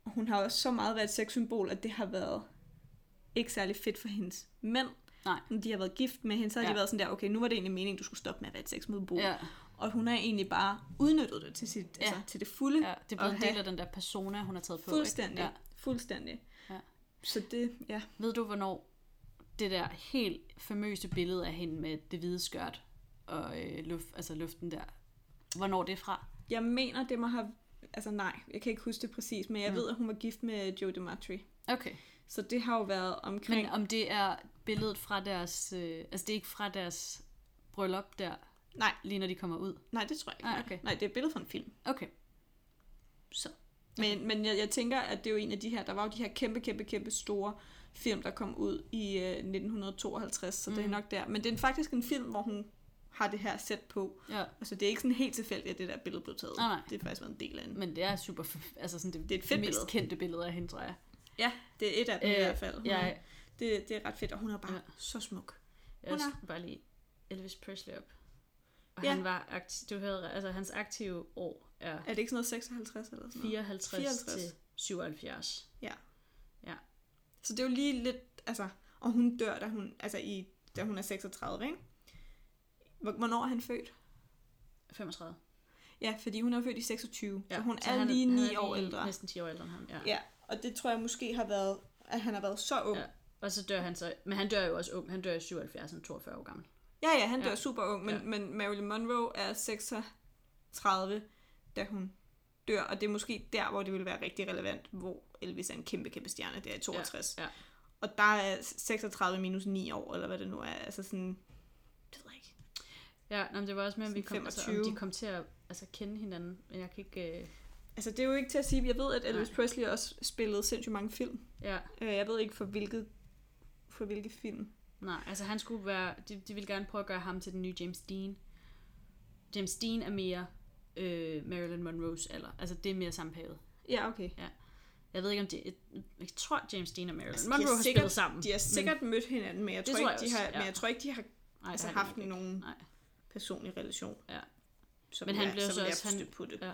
S1: Og hun har også så meget været et sexsymbol, at det har været ikke særlig fedt for hendes mænd.
S2: Nej.
S1: Når de har været gift med hende, så har ja.
S2: Ja.
S1: de været sådan der, okay, nu var det egentlig meningen, du skulle stoppe med at være et sexmodbol.
S2: Ja.
S1: Og hun har egentlig bare udnyttet det til, sit,
S2: Ja.
S1: ja. altså, til det fulde.
S2: Ja, det er blevet
S1: at
S2: en del
S1: have-
S2: af den der persona, hun har taget på. ikke?
S1: Fuldstændig.
S2: Ja.
S1: Ja. Fuldstændig.
S2: Ja.
S1: Så det, ja.
S2: Ved du, hvornår det der helt famøse billede af hende med det hvide skørt og øh, luft, altså luften der, hvornår det er fra?
S1: Jeg mener, det må have... Altså nej, jeg kan ikke huske det præcis, men jeg mm. ved, at hun var gift med Joe DiMatri.
S2: Okay.
S1: Så det har jo været omkring...
S2: Men om det er billedet fra deres... Øh, altså, det er ikke fra deres bryllup der,
S1: Nej,
S2: lige når de kommer ud?
S1: nej, det tror jeg ikke.
S2: Nej, Ah, okay.
S1: nej det er et billede fra en film.
S2: Okay.
S1: Så. Men, men jeg, jeg tænker, at det er jo en af de her... Der var jo de her kæmpe, kæmpe, kæmpe store film, der kom ud i øh, 1952, så mm. det er nok der. Men det er faktisk en film, hvor hun har det her sæt på.
S2: Ja.
S1: Altså, det er ikke sådan helt tilfældigt, at det der billede blev taget.
S2: Ah, Nej, nej.
S1: Det har faktisk været en del af den.
S2: Men det er super... f- Altså, sådan det,
S1: Det er et fedt
S2: mest
S1: billede.
S2: kendte billede af hende, tror jeg.
S1: Ja, det er et af dem øh, i hvert fald. Hun er-
S2: Jeg,
S1: Det, det er ret fedt, og hun er bare
S2: Ja.
S1: ja. så smuk.
S2: Jeg
S1: Hun er-
S2: skulle bare lige Elvis Presley op. Og ja.
S1: Ja.
S2: han var aktiv, du havde, altså hans aktive år er
S1: Er det ikke sådan noget 56 eller sådan noget?
S2: 54, 54.
S1: 54.
S2: til 77.
S1: Ja.
S2: Ja.
S1: Så det er jo lige lidt, altså, og hun dør, da hun, altså i, da hun er 36, ikke? Hvor- Hvornår er han født?
S2: 35.
S1: Ja, fordi hun er født i 26, ja. så hun
S2: så
S1: er
S2: han-
S1: lige
S2: han
S1: 9
S2: er
S1: år ældre.
S2: Næsten 10 år ældre end ham, ja.
S1: Ja, og det tror jeg måske har været, at han har været så ung.
S2: Ja.
S1: Ja,
S2: Og så dør han så, men han dør jo også ung, han dør i 77, han er 42 år gammel.
S1: ja, ja han
S2: Ja.
S1: dør super ung, men,
S2: Ja.
S1: ja. men Marilyn Monroe er 36, da hun dør, og det er måske der, hvor det ville være rigtig relevant, hvor Elvis er en kæmpe, kæmpe stjerne, det er i 62.
S2: Ja.
S1: Og der er 36 minus 9 år, eller hvad det nu er. Altså sådan, det ved jeg ikke.
S2: Ja, nå, men det var også med, om, vi kom,
S1: Sådan
S2: altså, om
S1: 25.
S2: de kom til at altså, kende hinanden, men jeg kan ikke... Øh,
S1: Altså det er jo ikke til at sige, jeg ved, at Elvis
S2: Nej.
S1: Presley også spillede sindssygt mange film.
S2: ja,
S1: Øh, Jeg ved ikke for hvilket, for hvilket film.
S2: nej, altså han skulle være... De, de ville gerne prøve at gøre ham til den nye James Dean. James Dean er mere øh, Marilyn Monroe's alder. Altså det er mere samme periode.
S1: Ja, okay.
S2: Jeg ved ikke, om det... Jeg tror, James Dean og Marilyn altså,
S1: de har
S2: Monroe har
S1: sikkert-
S2: spillet sammen.
S1: De har sikkert men, mødt hinanden, men jeg
S2: Mm. Det
S1: tror,
S2: tror jeg
S1: ikke, de
S2: også,
S1: har,
S2: ja.
S1: men jeg tror ikke, de har
S2: men, nej,
S1: altså,
S2: det har de
S1: haft
S2: nok ikke.
S1: nogen
S2: Nej.
S1: personlig relation.
S2: Ja.
S1: Som
S2: Men han
S1: jeg,
S2: blev
S1: så,
S2: så
S1: ville
S2: også-
S1: jeg
S2: han-
S1: forstå på det.
S2: Ja.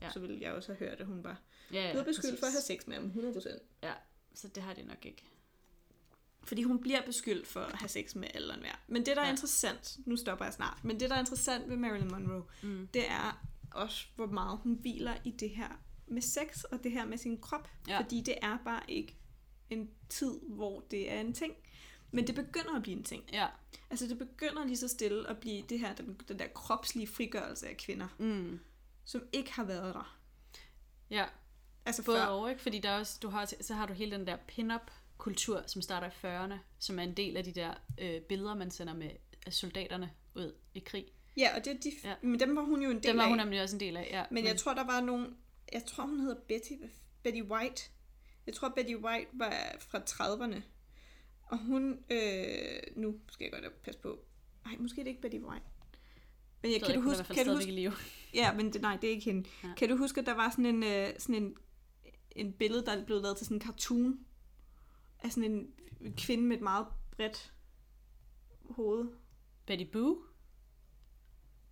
S2: Ja.
S1: Så ville jeg også have hørt, at hun var
S2: Ja, ja,
S1: blevet beskyldt for at have
S2: præcis.
S1: sex med ham 100%.
S2: Så det har de nok ikke.
S1: Fordi hun bliver beskyldt for at have sex med alle hver. Men det, der er
S2: Ja.
S1: ja. interessant, nu stopper jeg snart, men det, der er interessant ved Marilyn Monroe,
S2: Mm.
S1: det er også, hvor meget hun hviler i det her med sex og det her med sin krop.
S2: Ja.
S1: Fordi det er bare ikke en tid, hvor det er en ting. Men det begynder at blive en ting.
S2: Ja.
S1: Altså det begynder lige så stille at blive det her, den, den der kropslige frigørelse af kvinder,
S2: Mm.
S1: som ikke har været der.
S2: Ja,
S1: Altså
S2: både
S1: før.
S2: og, ikke? Fordi der er også, du har, også- så har du hele den der pin-up kultur, som starter i 40'erne, som er en del af de der øh, billeder, man sender med af soldaterne ud i krig.
S1: Ja, og det er de,
S2: Ja.
S1: ja. men dem var hun jo en del
S2: Den var hun
S1: af.
S2: nemlig også en del af, Mm. ja.
S1: Men jeg tror, der var nogen, jeg tror hun hedder Betty, Betty White. Jeg tror, Betty White var fra 30'erne. Og hun, øh, nu skal jeg godt passe på. Nej, måske er det ikke Betty White. Men jeg,
S2: jeg
S1: kan, du huske, kan, du huske,
S2: I live.
S1: Ja, men det, nej, det er ikke hende.
S2: Nej.
S1: Ja. Kan du huske, at der var sådan en, øh, sådan en, en billede, der blev lavet til sådan en cartoon? Af sådan en kvinde med et meget bredt hoved.
S2: Betty Boo?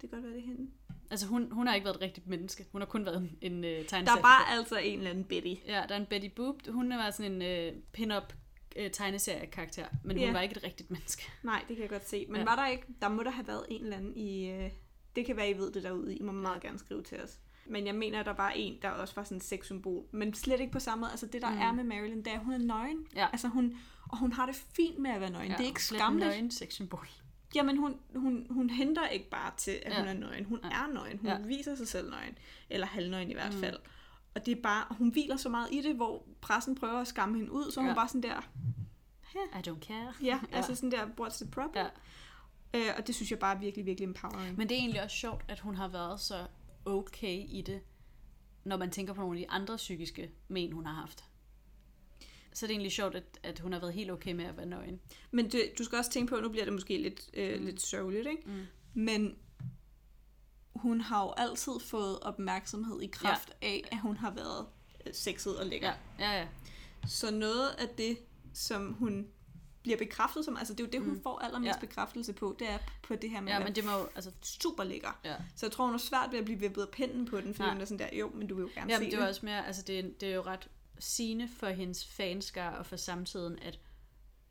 S1: Det kan godt være, det er hende.
S2: Altså hun, hun har ikke været et rigtigt menneske. Hun har kun været en, en øh,
S1: Der
S2: tegneserie.
S1: er bare altså en eller anden Betty.
S2: Ja, der er en Betty Boop. Hun var sådan en øh, pin-up øh, tegneserie-karakter, men hun
S1: Ja.
S2: var ikke et rigtigt menneske.
S1: Nej, det kan jeg godt se. Men
S2: Ja.
S1: ja. var der ikke, der må der have været en eller anden i... Øh, det kan være, I ved det derude. I må meget gerne skrive til os. Men jeg mener, at der var en, der også var sådan et sexsymbol. Men slet ikke på samme måde. Altså det, der
S2: Mm.
S1: mm. er med Marilyn, det er, at hun er nøgen.
S2: Ja.
S1: Altså hun, og hun har det fint med at være nøgen. Ja, det er ikke skamligt.
S2: Lidt sexsymbol.
S1: Jamen, hun, hun, hun henter ikke bare til, at
S2: Ja.
S1: ja. hun er nøgen. Hun
S2: Ja.
S1: ja. er nøgen. Hun
S2: Ja.
S1: ja. viser sig selv nøgen. Eller halvnøgen i hvert
S2: Mm.
S1: mm. fald. Og det er bare, og hun hviler så meget i det, hvor pressen prøver at skamme hende ud, så ja.
S2: Ja.
S1: hun bare sådan der,
S2: I don't care.
S1: ja,
S2: Ja.
S1: ja. altså sådan der, what's the problem?
S2: Ja.
S1: Ja. Øh, og det synes jeg bare er virkelig, virkelig empowering.
S2: Men det er egentlig også sjovt, at hun har været så okay i det, når man tænker på nogle af de andre psykiske men, hun har haft. Så det er egentlig sjovt, at, at hun har været helt okay med at være nøgen.
S1: Men det, du skal også tænke på, nu bliver det måske lidt, øh,
S2: Mm.
S1: mm. lidt sørgeligt, ikke?
S2: Mm.
S1: Men hun har jo altid fået opmærksomhed i kraft ja. af, at hun har været øh, sexet og lækker.
S2: Ja, ja, ja.
S1: Så noget af det, som hun bliver bekræftet som, altså det er jo det, hun
S2: Mm.
S1: mm. får allermest
S2: Ja.
S1: ja. bekræftelse på, det er på det her med
S2: ja
S1: at være
S2: men det må jo, altså,
S1: super lækker.
S2: ja.
S1: Så jeg tror, hun er svært ved at blive vippet af pinden på den, fordi
S2: Nej.
S1: hun er sådan der, jo, men du vil jo gerne
S2: Jamen,
S1: se
S2: det var også mere, altså det, er- det er jo ret sigende for hendes fanskar og for samtiden, at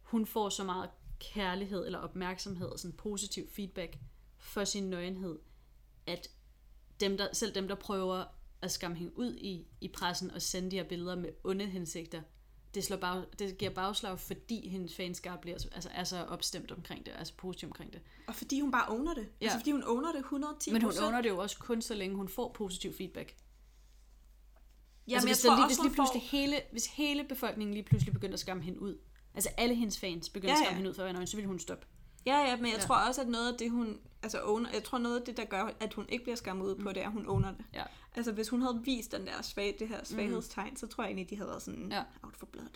S2: hun får så meget kærlighed eller opmærksomhed og sådan positiv feedback for sin nøgenhed, at dem der, selv dem, der prøver at skamme hende ud i, i pressen og sende de her billeder med onde hensigter, det, slår bag, det giver bagslag, fordi hendes fanskar bliver, så- altså, er så opstemt omkring det, altså positiv omkring det.
S1: Og fordi hun bare owner det.
S2: Ja.
S1: Ja. Altså fordi hun owner det 110
S2: Men hun owner det jo også kun, så længe hun får positiv feedback.
S1: Jamen,
S2: altså,
S1: jeg
S2: hvis,
S1: tror
S2: den lige,
S1: også,
S2: hvis, lige
S1: hun får-
S2: pludselig hele, hvis hele befolkningen lige pludselig begyndte at skamme hende ud, altså alle hendes fans begyndte ja,
S1: Ja,
S2: at
S1: ja.
S2: skamme hende ud for at være nøgen, så ville hun stoppe.
S1: Ja, ja, men jeg
S2: Ja.
S1: ja. tror også, at noget af det, hun... Altså, owner, jeg tror noget af det, der gør, at hun ikke bliver skammet ud på, det er, at hun owner det.
S2: Mm. Ja.
S1: Altså, hvis hun havde vist den der svag, det her svaghedstegn, mm. så tror jeg egentlig, de havde været sådan
S2: Ja.
S1: ja. out for blood.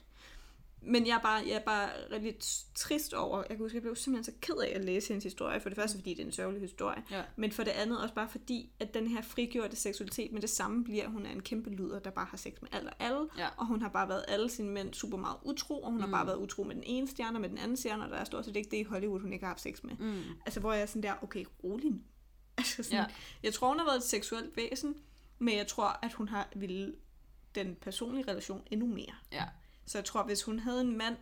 S1: Men jeg er, bare, jeg er bare lidt trist over, jeg kan huske, jeg blev simpelthen så ked af at læse hendes historie. For det
S2: Mm.
S1: første, fordi det er en sørgelig historie.
S2: Ja.
S1: Men for det andet også bare fordi, at den her frigjorte seksualitet med det samme bliver, at hun er en kæmpe luder, der bare har sex med alt og alle.
S2: Ja.
S1: Og hun har bare været alle sine mænd super meget utro, og hun mm. har bare været utro med den ene stjerne og med den anden stjerne, og der er stort set ikke det i Hollywood, hun ikke har haft sex med.
S2: Mm.
S1: Altså, hvor jeg er sådan der, okay, rolig nu. Altså sådan,
S2: Ja.
S1: ja. Jeg tror, hun har været et seksuelt væsen, men jeg tror, at hun har ville den personlige relation endnu mere.
S2: Ja.
S1: Så jeg tror, hvis hun havde en mand,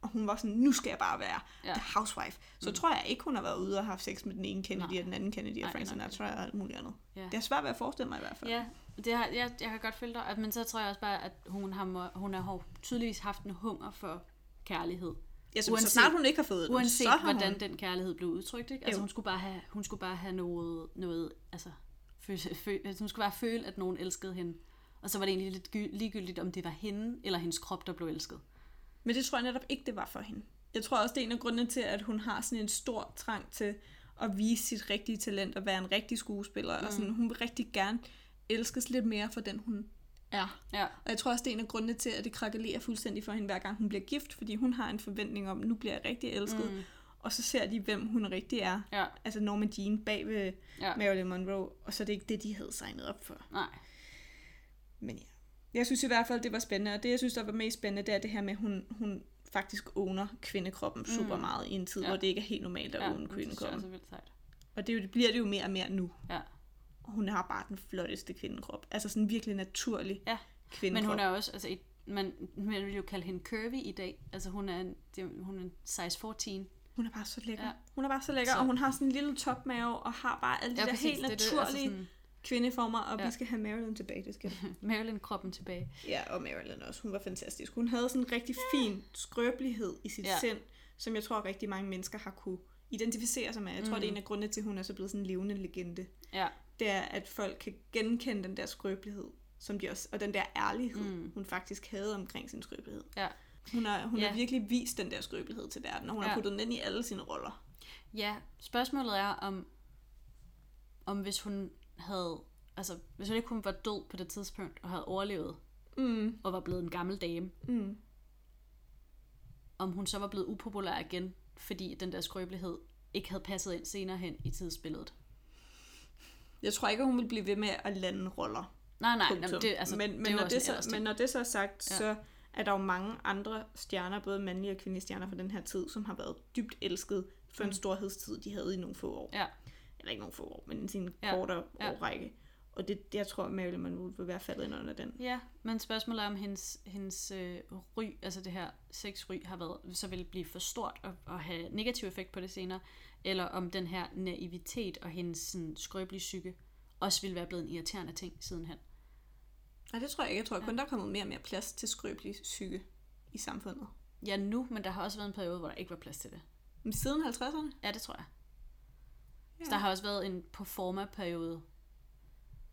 S1: og hun var sådan, nu skal jeg bare være
S2: Ja.
S1: ja. the housewife, så mm. tror jeg ikke, hun har været ude og haft sex med den ene Kennedy
S2: Nej.
S1: nej. og den anden Kennedy
S2: Nej,
S1: og Frank
S2: nej.
S1: Sinatra og alt muligt andet.
S2: Ja.
S1: Ja. Det er svært ved at forestille mig i hvert fald.
S2: Ja, det har, jeg, jeg kan godt følge dig, at- men så tror jeg også bare, at hun har, må- hun har tydeligvis haft en hunger for kærlighed.
S1: Jeg synes,
S2: Uanset-
S1: så snart hun ikke har fået den,
S2: Uanset
S1: så har
S2: hvordan
S1: hun...
S2: den kærlighed blev udtrykt. Ikke? Altså,
S1: Jo.
S2: hun, skulle bare have, hun skulle bare have noget, noget altså, føle, føle, altså, hun skulle bare føle, at nogen elskede hende. Og så var det egentlig lidt gy- ligegyldigt, om det var hende eller hendes krop, der blev elsket.
S1: Men det tror jeg netop ikke, det var for hende. Jeg tror også, det er en af grundene til, at hun har sådan en stor trang til at vise sit rigtige talent og være en rigtig skuespiller. Mm. Og sådan, hun vil rigtig gerne elskes lidt mere for den, hun er.
S2: Ja,
S1: Og jeg tror også, det er en af grundene til, at det krakalerer fuldstændig for hende, hver gang hun bliver gift, fordi hun har en forventning om, nu bliver jeg rigtig elsket.
S2: Mm.
S1: Mm. Og så ser de, hvem hun rigtig er.
S2: ja,
S1: Altså Norma Jean bag ved
S2: ja.
S1: Marilyn Monroe, og så er det ikke det, de havde signet op for.
S2: Nej.
S1: Men ja. Jeg synes i hvert fald, det var spændende, og det, jeg synes, der var mest spændende, det er det her med, at hun, hun faktisk owner kvindekroppen mm. super meget i en tid,
S2: Ja.
S1: ja. hvor det ikke er helt normalt at ja, own
S2: men det synes jeg også
S1: kvindekroppen.
S2: er vildt sejt.
S1: Og det, er jo- det bliver det jo mere og mere nu.
S2: Ja.
S1: Og hun har bare den flotteste kvindekrop. Altså sådan en virkelig naturlig
S2: Ja. Men
S1: kvindekrop.
S2: hun er også, altså, et, man, man vil jo kalde hende curvy i dag. Altså hun er en, det, er- hun er en size 14.
S1: hun er bare så lækker.
S2: Ja.
S1: Ja. Hun er bare så lækker,
S2: Så-
S1: så. og hun har sådan en lille topmave, og har bare alle de ja, der
S2: præcis,
S1: helt
S2: det er det, altså
S1: naturlige det, altså
S2: sådan-
S1: kvindeformer, og
S2: Ja.
S1: vi skal have Marilyn tilbage, det skal vi.
S2: Marilyn-kroppen tilbage.
S1: Ja, og Marilyn også. Hun var fantastisk. Hun havde sådan en rigtig fin skrøbelighed i sit
S2: Ja.
S1: ja. sind, som jeg tror rigtig mange mennesker har kunne identificere sig med. Jeg tror, mm. det er en af grundene til, at hun er så blevet sådan en levende legende.
S2: Ja.
S1: Det er, at folk kan genkende den der skrøbelighed, som de også, og den der ærlighed,
S2: Mm.
S1: mm. hun faktisk havde omkring sin skrøbelighed.
S2: Ja.
S1: Hun, har, hun
S2: Ja.
S1: har virkelig vist den der skrøbelighed til verden, og hun ja.
S2: Ja.
S1: har puttet den ind i alle sine roller.
S2: Ja, spørgsmålet er, om, om hvis hun havde, altså hvis hun ikke hun var død på det tidspunkt, og havde overlevet,
S1: Mm.
S2: og var blevet en gammel dame,
S1: Mm.
S2: om hun så var blevet upopulær igen, fordi den der skrøbelighed ikke havde passet ind senere hen i tidsbilledet.
S1: Jeg tror ikke, at hun vil blive ved med at lande roller.
S2: Nej, nej,
S1: Punktum.
S2: jamen, det, altså,
S1: men,
S2: det
S1: men,
S2: er jo
S1: når
S2: også
S1: det
S2: en
S1: så,
S2: aldersting.
S1: men når det så er sagt,
S2: Ja.
S1: ja. så er der jo mange andre stjerner, både mandlige og kvindelige stjerner fra den her tid, som har været dybt elsket for mm. en storhedstid, de havde i nogle få år.
S2: Ja.
S1: Eller ikke nogle få år, men i sin
S2: Ja.
S1: ja. kortere
S2: Ja.
S1: ja. årrække. Og det, det, jeg tror, Marilyn Monroe vil være faldet ind under den.
S2: Ja, men spørgsmålet er, om hendes, hendes øh, ry, altså det her sexry, har været, så vil blive for stort og, og have negativ effekt på det senere, eller om den her naivitet og hendes sådan, skrøbelige psyke også vil være blevet en irriterende ting sidenhen.
S1: Nej, det tror jeg ikke. Jeg tror kun, der er kommet mere og mere plads til skrøbelig psyke i samfundet.
S2: Ja, nu, men der har også været en periode, hvor der ikke var plads til det.
S1: Men siden 50'erne?
S2: Ja, det tror jeg. Ja. Så
S1: Ja.
S2: der har også været en performa-periode,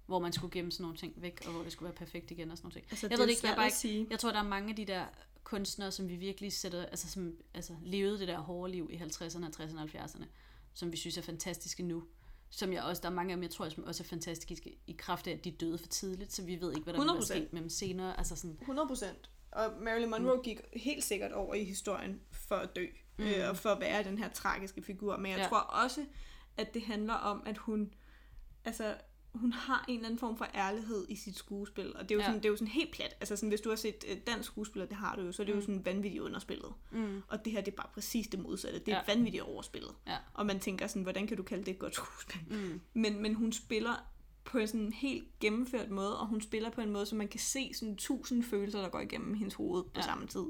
S2: hvor man skulle gemme sådan nogle ting væk, og hvor det skulle være perfekt igen og sådan nogle ting.
S1: Altså,
S2: Jeg ved
S1: er
S2: det ikke, jeg er
S1: svært
S2: bare
S1: at
S2: ikke-
S1: sige.
S2: Jeg tror, der er mange af de der kunstnere, som vi virkelig sætter, altså som altså, levede det der hårde liv i 50'erne, 60'erne og 70'erne, som vi synes er fantastiske nu. Som jeg også, der er mange af dem, jeg tror, som også er fantastiske i kraft af, at de døde for tidligt, så vi ved ikke, hvad der er
S1: 100%.
S2: sket med dem senere. Altså sådan,
S1: 100 procent. Og Marilyn Monroe mm. gik helt sikkert over i historien for at dø,
S2: Mm.
S1: mm. øh, og for at være den her tragiske figur. Men jeg
S2: Ja.
S1: ja. tror også, at det handler om, at hun, altså, hun har en eller anden form for ærlighed i sit skuespil. Og det er jo,
S2: Ja.
S1: ja. sådan, det er jo sådan helt plat. Altså sådan, hvis du har set øh, dansk skuespiller, det har du jo, så er det mm.
S2: Mm.
S1: jo sådan vanvittigt underspillet.
S2: mm,
S1: Og det her, det er bare præcis det modsatte. Det er
S2: Ja.
S1: ja. vanvittigt overspillet.
S2: Ja.
S1: Og man tænker sådan, hvordan kan du kalde det et godt skuespil?
S2: mm,
S1: Men, men hun spiller på sådan en helt gennemført måde, og hun spiller på en måde, så man kan se sådan tusind følelser, der går igennem hendes hoved på
S2: Ja.
S1: ja. samme tid.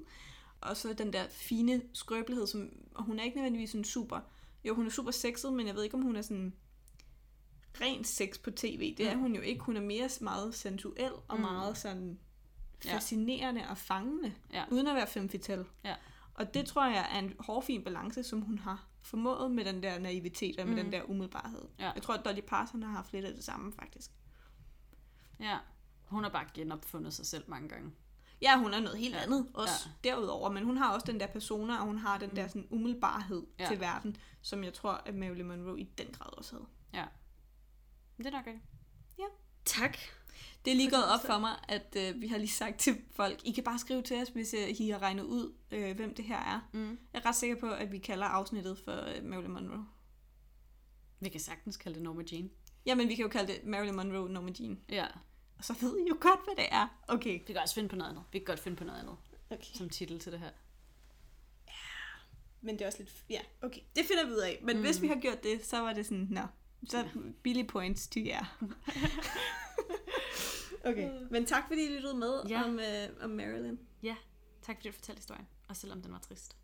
S1: Og så den der fine skrøbelighed, som, og hun er ikke nødvendigvis sådan super... Jo, hun er super sexet, men jeg ved ikke, om hun er sådan ren sex på tv. Det er
S2: Mm.
S1: hun jo ikke. Hun er mere meget sensuel og
S2: Mm.
S1: mm. meget sådan
S2: Ja.
S1: fascinerende og fangende,
S2: Ja.
S1: uden at være femfitel.
S2: Ja.
S1: Og det tror jeg er en hårfin balance, som hun har formået med den der naivitet og med
S2: Mm.
S1: mm. den der umiddelbarhed.
S2: ja,
S1: Jeg tror, at Dolly Parton har haft lidt af det samme, faktisk.
S2: ja. Hun har bare genopfundet sig selv mange gange.
S1: Ja, hun er noget helt
S2: Ja.
S1: ja. andet også ja. derudover, men hun har også den der persona, og hun har den der sådan umiddelbarhed
S2: Ja.
S1: ja. til verden, som jeg tror, at Marilyn Monroe i den grad også havde.
S2: Det er nok rigtigt.
S1: Tak. Det er lige gået op for mig, at øh, vi har lige sagt til folk, I kan bare skrive til os, hvis øh, I har regnet ud, øh, hvem det her er.
S2: Mm.
S1: Jeg er ret sikker på, at vi kalder afsnittet for øh, Marilyn Monroe.
S2: Vi kan sagtens kalde det Norma Jean.
S1: Jamen, vi kan jo kalde det Marilyn Monroe nummer din.
S2: Ja,
S1: Og så ved I jo godt, hvad det er. Okay.
S2: vi kan også finde på noget andet. Vi kan godt finde på noget andet
S1: okay.
S2: som titel til det her.
S1: Men det er også lidt... Ja, okay. Det finder vi ud af. Men mm. hvis vi har gjort det, så var det sådan, nå, så
S2: Ja.
S1: ja. billig points til jer. okay. Men tak fordi I lyttede med
S2: Ja.
S1: om, øh, om Marilyn.
S2: Tak fordi du fortalte historien, og selvom den var trist.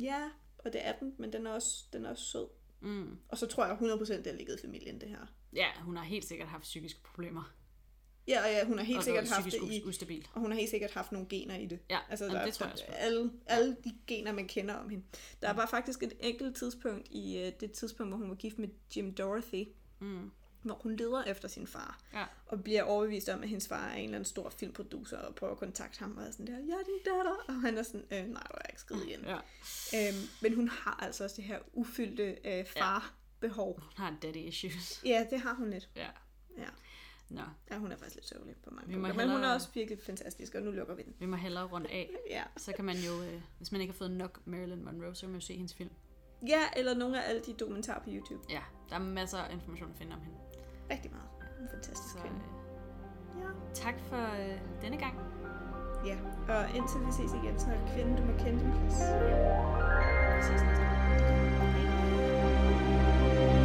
S1: Ja, og det er den, men den er også, den er også sød.
S2: Mm.
S1: Og så tror jeg 100% det har ligget i familien, det her.
S2: Ja, hun har helt sikkert haft psykiske problemer.
S1: Ja, og ja, hun har helt
S2: og
S1: sikkert
S2: været
S1: haft det
S2: psykisk
S1: i...
S2: u- ustabil.
S1: Og hun har helt sikkert haft nogle gener i det.
S2: Ja,
S1: Altså,
S2: jamen,
S1: der,
S2: det tror
S1: der,
S2: jeg også på.
S1: alle, alle de gener, man kender om hende. Der var faktisk et enkelt tidspunkt i øh, det tidspunkt, hvor hun var gift med Jim Dorothy,
S2: Mm.
S1: hvor hun leder efter sin far.
S2: Ja.
S1: Og bliver overbevist om, at hendes far er en eller anden stor filmproducer, og prøver at kontakte ham, og er sådan der, jeg er din datter. Og han er sådan, øh, nej, du er ikke skide igen.
S2: Ja.
S1: Øhm, men hun har altså også det her ufyldte øh, farbehov.
S2: Hun har daddy issues.
S1: Ja. ja, det har hun lidt.
S2: Ja.
S1: Ja.
S2: Nå,
S1: ja hun er faktisk lidt sørgelig på mange
S2: Vi må
S1: punkter. Men hun er
S2: hellere-
S1: også virkelig fantastisk, og nu lukker vi den.
S2: vi må hellere runde af.
S1: Ja.
S2: Så kan man jo, øh, hvis man ikke har fået nok Marilyn Monroe, så kan man jo se hendes film.
S1: ja, eller nogle af alle de dokumentarer på YouTube.
S2: Ja, der er masser af information at finde om hende.
S1: Rigtig meget. Hun er en fantastisk
S2: Så
S1: kvinde.
S2: øh,
S1: Ja.
S2: tak for øh, denne gang.
S1: ja. Og indtil vi ses igen, så er kvinden, du må kende din plads.
S2: Vi ses næste gang. Hej.